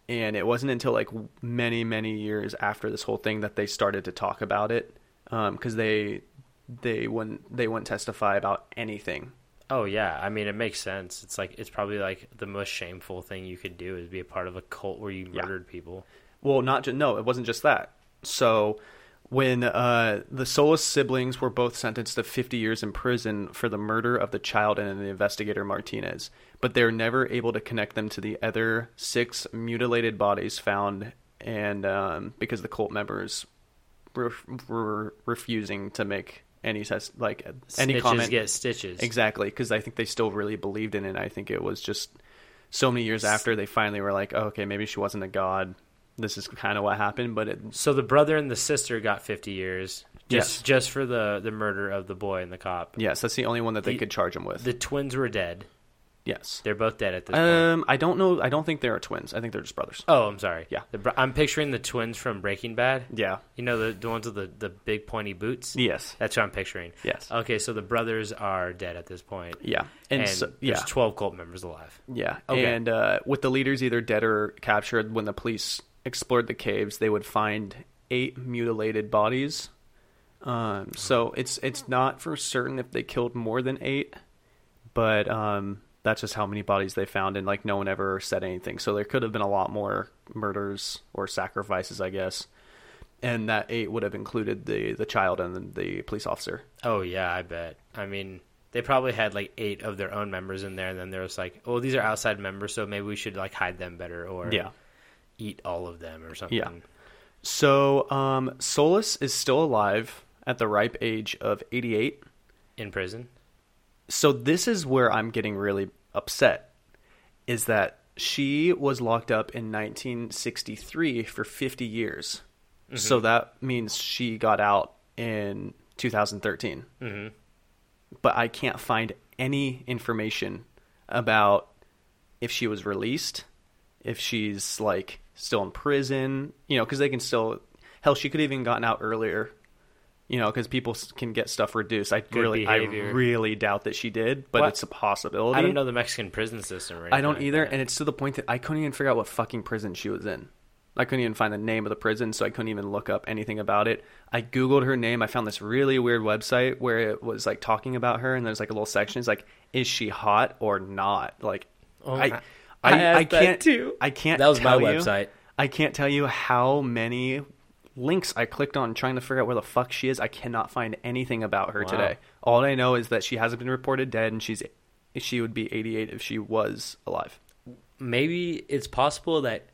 Speaker 7: And it wasn't until like many, many years after this whole thing that they started to talk about it, because they they wouldn't they wouldn't testify about anything.
Speaker 6: Oh yeah, I mean it makes sense. It's like it's probably like the most shameful thing you could do is be a part of a cult where you murdered people.
Speaker 7: Well, not just no, it wasn't just that. So when uh, the Solis siblings were both sentenced to 50 years in prison for the murder of the child and the investigator Martinez, but they're never able to connect them to the other six mutilated bodies found, and um, because the cult members were, were refusing to make any test like any
Speaker 6: Snitches
Speaker 7: comment
Speaker 6: get stitches.
Speaker 7: Exactly, because I think they still really believed in it. I think it was just so many years after they finally were like, oh, okay, maybe she wasn't a god. This is kind of what happened, but it,
Speaker 6: So the brother and the sister got 50 years just
Speaker 7: Yes.
Speaker 6: just for the the murder of the boy and the cop.
Speaker 7: yes, that's the only one that they
Speaker 6: The-
Speaker 7: could charge him with.
Speaker 6: The twins were dead.
Speaker 7: yes.
Speaker 6: They're both dead at this point.
Speaker 7: Um, I don't know. I don't think they are twins. I think they're just brothers.
Speaker 6: Oh, I'm sorry.
Speaker 7: yeah.
Speaker 6: The br- I'm picturing the twins from Breaking Bad.
Speaker 7: Yeah.
Speaker 6: You know the the ones with the the big pointy boots?
Speaker 7: Yes.
Speaker 6: That's what I'm picturing.
Speaker 7: Yes.
Speaker 6: Okay, so the brothers are dead at this point.
Speaker 7: Yeah.
Speaker 6: And,
Speaker 7: And, so,
Speaker 6: there's
Speaker 7: yeah.
Speaker 6: 12 cult members alive.
Speaker 7: Yeah.
Speaker 6: Okay.
Speaker 7: And uh, with the leaders either dead or captured, when the police explored the caves, they would find eight mutilated bodies. Um, so it's it's not for certain if they killed more than eight, but um, that's just how many bodies they found, and like no one ever said anything. So there could have been a lot more murders or sacrifices, I guess. And that eight would have included the the child and the, the police officer.
Speaker 6: Oh yeah, I bet. I mean, they probably had like 8 of their own members in there and then there was like, "Oh, these are outside members, so maybe we should like hide them better or
Speaker 7: Yeah.
Speaker 6: eat all of them or something."
Speaker 7: So um, Solus is still alive at the ripe age of 88.
Speaker 6: in prison.
Speaker 7: so this is where I'm getting really upset is that she was locked up in 1963 for 50 years. So that means she got out in 2013. Mm-hmm. But I can't find any information about if she was released, if she's like still in prison, you know, because they can still, hell, she could have even gotten out earlier, you know, because people s- can get stuff reduced. I really, I
Speaker 6: behavior.
Speaker 7: really doubt that she did, but
Speaker 6: What?
Speaker 7: it's a possibility.
Speaker 6: I don't know the Mexican prison system. Or
Speaker 7: I
Speaker 6: anything
Speaker 7: don't
Speaker 6: like
Speaker 7: either,
Speaker 6: that.
Speaker 7: and it's to the point that I couldn't even figure out what fucking prison she was in. I couldn't even find the name of the prison, so I couldn't even look up anything about it. I googled her name. I found this really weird website where it was like talking about her, and there's like a little section. It's like, is she hot or not? Like, I, I,
Speaker 6: Oh, I
Speaker 7: I,
Speaker 6: asked that
Speaker 7: can't.
Speaker 6: too.
Speaker 7: I can't.
Speaker 6: That was my
Speaker 7: tell you-
Speaker 6: website.
Speaker 7: I can't tell you how many links I clicked on trying to figure out where the fuck she is. I cannot find anything about her today. All I know is that she hasn't been reported dead, and she's she would be 88 if she was alive.
Speaker 6: Maybe it's possible that.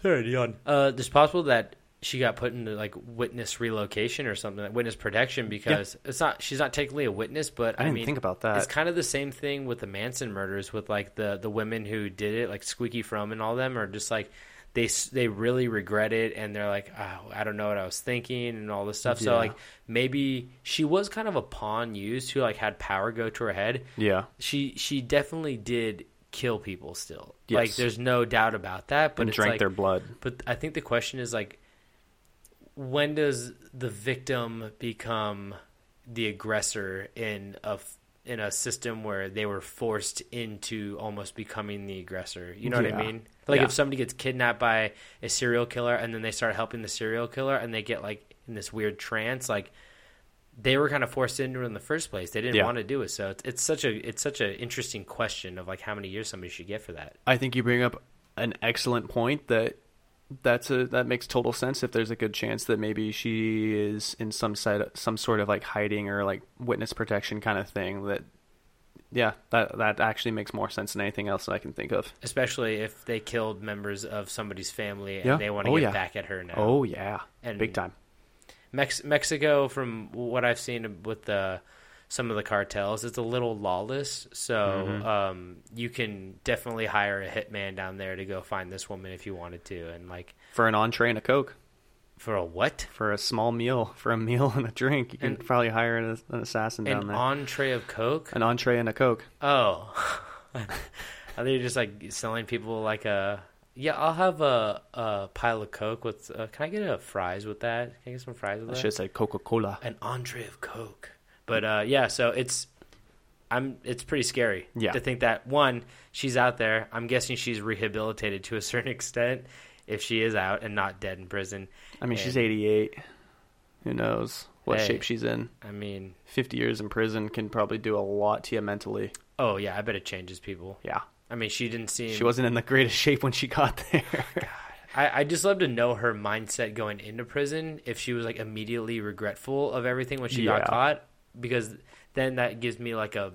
Speaker 6: Sorry, Dion. Uh, it's possible that she got put into like witness relocation or something, like witness protection, because it's not she's not technically a witness, but I,
Speaker 7: didn't
Speaker 6: mean,
Speaker 7: think about that.
Speaker 6: It's kind of the same thing with the Manson murders, with like the the women who did it, like Squeaky Fromm and all them, are just like they s- they really regret it, and they're like, oh, I don't know what I was thinking, and all this stuff. So like maybe she was kind of a pawn used who like had power go to her head
Speaker 7: Yeah.
Speaker 6: she she definitely did kill people still
Speaker 7: Yes.
Speaker 6: like there's no doubt about that but
Speaker 7: And
Speaker 6: it's
Speaker 7: drank
Speaker 6: like-
Speaker 7: their blood.
Speaker 6: but i think the question is like when does the victim become the aggressor in a f- in a system where they were forced into almost becoming the aggressor you know what
Speaker 7: Yeah.
Speaker 6: i mean like
Speaker 7: Yeah.
Speaker 6: if somebody gets kidnapped by a serial killer and then they start helping the serial killer and they get like in this weird trance like they were kind of forced into it in the first place. They didn't
Speaker 7: Yeah.
Speaker 6: want to do it, so it's, it's such a it's such an interesting question of like how many years somebody should get for that.
Speaker 7: I think you bring up an excellent point that that's a that makes total sense if there's a good chance that maybe she is in some side some sort of like hiding or like witness protection kind of thing that yeah that that actually makes more sense than anything else that I can think of.
Speaker 6: Especially if they killed members of somebody's family and
Speaker 7: Yeah.
Speaker 6: they want to
Speaker 7: Oh,
Speaker 6: get
Speaker 7: yeah.
Speaker 6: back at her now.
Speaker 7: Oh yeah.
Speaker 6: And-
Speaker 7: Big time.
Speaker 6: Mex- Mexico, from what I've seen with the some of the cartels, it's a little lawless. So
Speaker 7: Mm-hmm.
Speaker 6: um, you can definitely hire a hitman down there to go find this woman if you wanted to, and like
Speaker 7: For an entree and a coke,
Speaker 6: for a what?
Speaker 7: for a small meal, for a meal and a drink, you can
Speaker 6: And-
Speaker 7: probably hire an, an assassin down
Speaker 6: An
Speaker 7: there.
Speaker 6: entree of coke?
Speaker 7: an entree and a coke.
Speaker 6: Oh, are they just like selling people like a? Yeah, I'll have a, a pile of Coke with. Uh, can I get a fries with that? Can I get some fries with
Speaker 7: I
Speaker 6: that?
Speaker 7: should say Coca Cola.
Speaker 6: An entree of Coke. But uh, yeah, so it's, I'm. It's pretty scary.
Speaker 7: Yeah.
Speaker 6: To think that one, she's out there. I'm guessing she's rehabilitated to a certain extent, if she is out and not dead in prison.
Speaker 7: I mean, she's
Speaker 6: And,
Speaker 7: 88. Who knows what
Speaker 6: Hey.
Speaker 7: shape she's in?
Speaker 6: I mean,
Speaker 7: 50 years in prison can probably do a lot to you mentally.
Speaker 6: oh yeah, I bet it changes people.
Speaker 7: Yeah.
Speaker 6: I mean, she didn't seem.
Speaker 7: She wasn't in the greatest shape when she got there.
Speaker 6: I, I just love to know her mindset going into prison if she was like immediately regretful of everything when she
Speaker 7: Yeah.
Speaker 6: got caught because then that gives me like a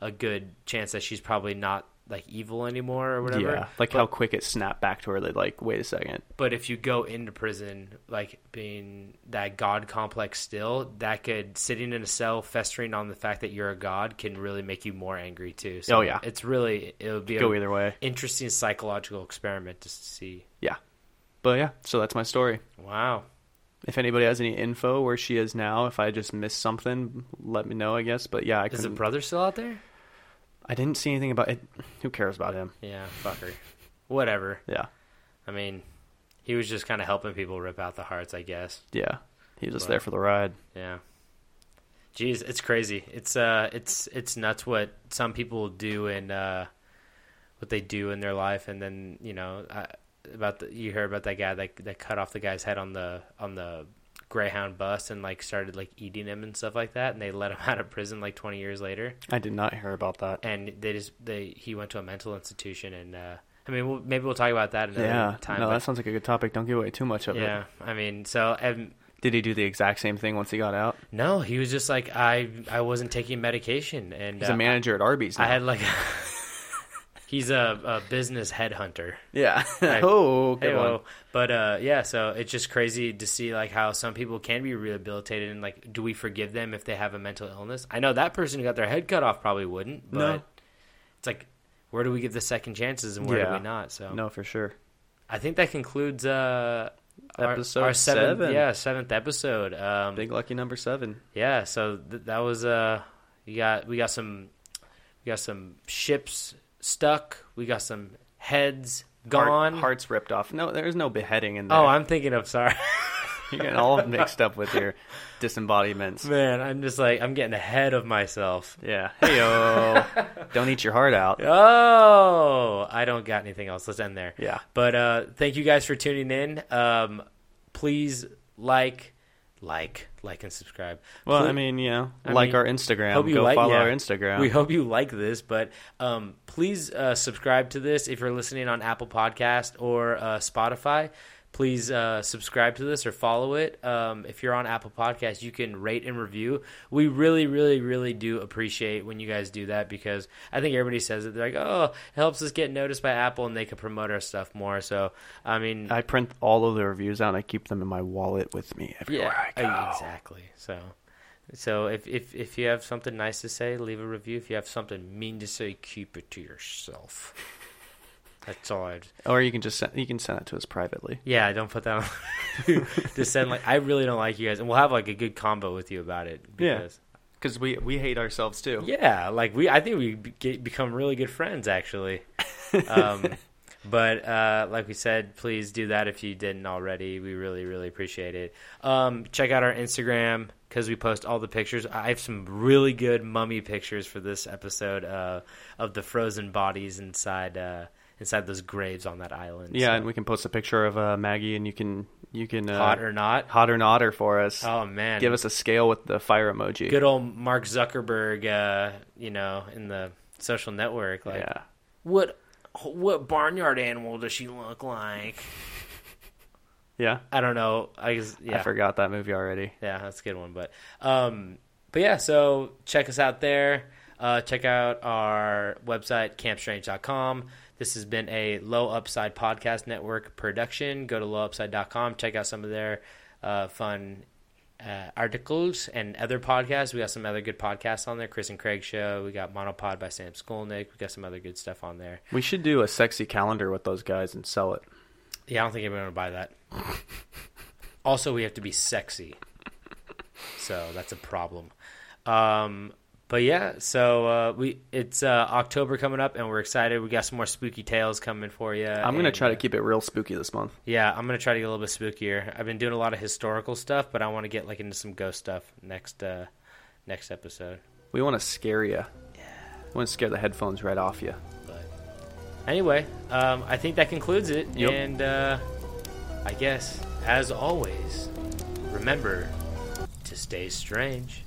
Speaker 6: a good chance that she's probably not like evil anymore or whatever.
Speaker 7: yeah. Like
Speaker 6: but,
Speaker 7: how quick it snapped back to her that, like, wait a second.
Speaker 6: but if you go into prison like being that god complex still, that could sitting in a cell festering on the fact that you're a god can really make you more angry too. So
Speaker 7: Oh, yeah.
Speaker 6: It's really it would be
Speaker 7: Go
Speaker 6: a
Speaker 7: either way.
Speaker 6: Interesting psychological experiment to see.
Speaker 7: Yeah. But yeah, so that's my story.
Speaker 6: Wow.
Speaker 7: If anybody has any info where she is now, if I just missed something, let me know, I guess. But yeah, I
Speaker 6: Is the
Speaker 7: couldn't.
Speaker 6: brother still out there?
Speaker 7: I didn't see anything about it. Who cares about him?
Speaker 6: Yeah, fucker. Whatever.
Speaker 7: Yeah.
Speaker 6: I mean, he was just kind of helping people rip out the hearts, I guess.
Speaker 7: Yeah. He was just there for the ride.
Speaker 6: Yeah. Jeez, it's crazy. It's uh, it's it's nuts what some people do and uh, what they do in their life, and then you know I, about the you heard about that guy that that cut off the guy's head on the on the Greyhound bus and like started like eating him and stuff like that, and they let him out of prison like twenty years later.
Speaker 7: I did not hear about that.
Speaker 6: and they just they he went to a mental institution and uh i mean we'll, maybe we'll talk about that another
Speaker 7: Yeah.
Speaker 6: time
Speaker 7: no,
Speaker 6: but-
Speaker 7: that sounds like a good topic. Don't give away too much of it.
Speaker 6: yeah i mean so and
Speaker 7: Did he do the exact same thing once he got out?
Speaker 6: no he was just like i i wasn't taking medication and
Speaker 7: He's a
Speaker 6: uh,
Speaker 7: manager at Arby's. Now.
Speaker 6: i had like he's a, a business headhunter
Speaker 7: yeah.
Speaker 6: Right.
Speaker 7: oh, good
Speaker 6: Hey-o.
Speaker 7: one.
Speaker 6: But uh, yeah, so it's just crazy to see like how some people can be rehabilitated and like, do we forgive them if they have a mental illness? I know that person who got their head cut off probably wouldn't, but
Speaker 7: No.
Speaker 6: it's like, where do we give the second chances and where do
Speaker 7: Yeah.
Speaker 6: we not? So
Speaker 7: No, for sure.
Speaker 6: I think that concludes uh, our-
Speaker 7: Episode
Speaker 6: our, seventh,
Speaker 7: seven.
Speaker 6: yeah, seventh episode. Um,
Speaker 7: Big lucky number seven.
Speaker 6: yeah, so th- that was uh, you got we got some we got some ships stuck, we got some heads gone.
Speaker 7: Heart, hearts ripped off. No, there's no beheading in there.
Speaker 6: Oh, I'm thinking of sorry.
Speaker 7: You're getting all mixed up with your disembodiments.
Speaker 6: Man, I'm just like I'm getting ahead of myself.
Speaker 7: Yeah. Hey, yo. Don't eat your heart out.
Speaker 6: Oh, I I don't got anything else. Let's end there.
Speaker 7: Yeah.
Speaker 6: But uh, thank you guys for tuning in. Um, please like, like, like, and subscribe.
Speaker 7: Well,
Speaker 6: Please-
Speaker 7: I mean, yeah,
Speaker 6: I
Speaker 7: like
Speaker 6: mean,
Speaker 7: our Instagram.
Speaker 6: hope you
Speaker 7: Go
Speaker 6: like-
Speaker 7: follow
Speaker 6: yeah.
Speaker 7: our Instagram.
Speaker 6: We hope you like this, but um, please uh, subscribe to this if you're listening on Apple Podcast or uh, Spotify. Please uh, subscribe to this or follow it. Um, if you're on Apple Podcast, you can rate and review. We really, really, really do appreciate when you guys do that because I think everybody says it. They're like, "Oh, it helps us get noticed by Apple, and they can promote our stuff more." So, I mean,
Speaker 7: I print all of the reviews out. and I keep them in my wallet with me everywhere I go.
Speaker 6: uh, Exactly. So, so if, if if you have something nice to say, leave a review. If you have something mean to say, keep it to yourself. That's all. I'd,
Speaker 7: Or you can just send, you can send it to us privately.
Speaker 6: yeah, don't put that on. Just send like I really don't like you guys, and we'll have like a good combo with you about it.
Speaker 7: Yeah.
Speaker 6: Because,
Speaker 7: Because we we hate ourselves too.
Speaker 6: yeah. like we, I think we be- get, become really good friends actually. Um, but uh, like we said, please do that if you didn't already. We really, really appreciate it. Um, check out our Instagram because we post all the pictures. I have some really good mummy pictures for this episode uh, of the frozen bodies inside uh, inside those graves on that island.
Speaker 7: Yeah,
Speaker 6: So,
Speaker 7: and we can post a picture of uh, Maggie, and you can you can uh,
Speaker 6: hot or not?
Speaker 7: hot or not or for us.
Speaker 6: Oh man,
Speaker 7: Give us a scale with the fire emoji.
Speaker 6: good old Mark Zuckerberg. Uh, you know, in the social network, like
Speaker 7: yeah.
Speaker 6: what what barnyard animal does she look like?
Speaker 7: Yeah.
Speaker 6: I don't know. I guess, yeah.
Speaker 7: I forgot that movie already.
Speaker 6: Yeah, that's a good one. But um, but yeah, so check us out there. Uh, check out our website, campstrange.com. This has been a Low Upside Podcast Network production. Go to lowupside.com. Check out some of their uh, fun uh, articles and other podcasts. We got some other good podcasts on there. Chris and Craig Show. We got Monopod by Sam Skolnick. We got some other good stuff on there.
Speaker 7: We should do a sexy calendar with those guys and sell it.
Speaker 6: Yeah, I don't think anyone would buy that. also, we have to be sexy, so that's a problem. Um, but yeah, so uh, we it's uh, October coming up, and we're excited. We got some more spooky tales coming for you.
Speaker 7: I'm gonna try to keep it real spooky this month.
Speaker 6: Yeah, I'm gonna try to get a little bit spookier. I've been doing a lot of historical stuff, but I want to get like into some ghost stuff next uh, next episode.
Speaker 7: We want to scare you. Yeah. We want to scare the headphones right off you.
Speaker 6: But anyway, um, I think that concludes it.
Speaker 7: Yep.
Speaker 6: And uh, I guess, as always, remember to stay strange.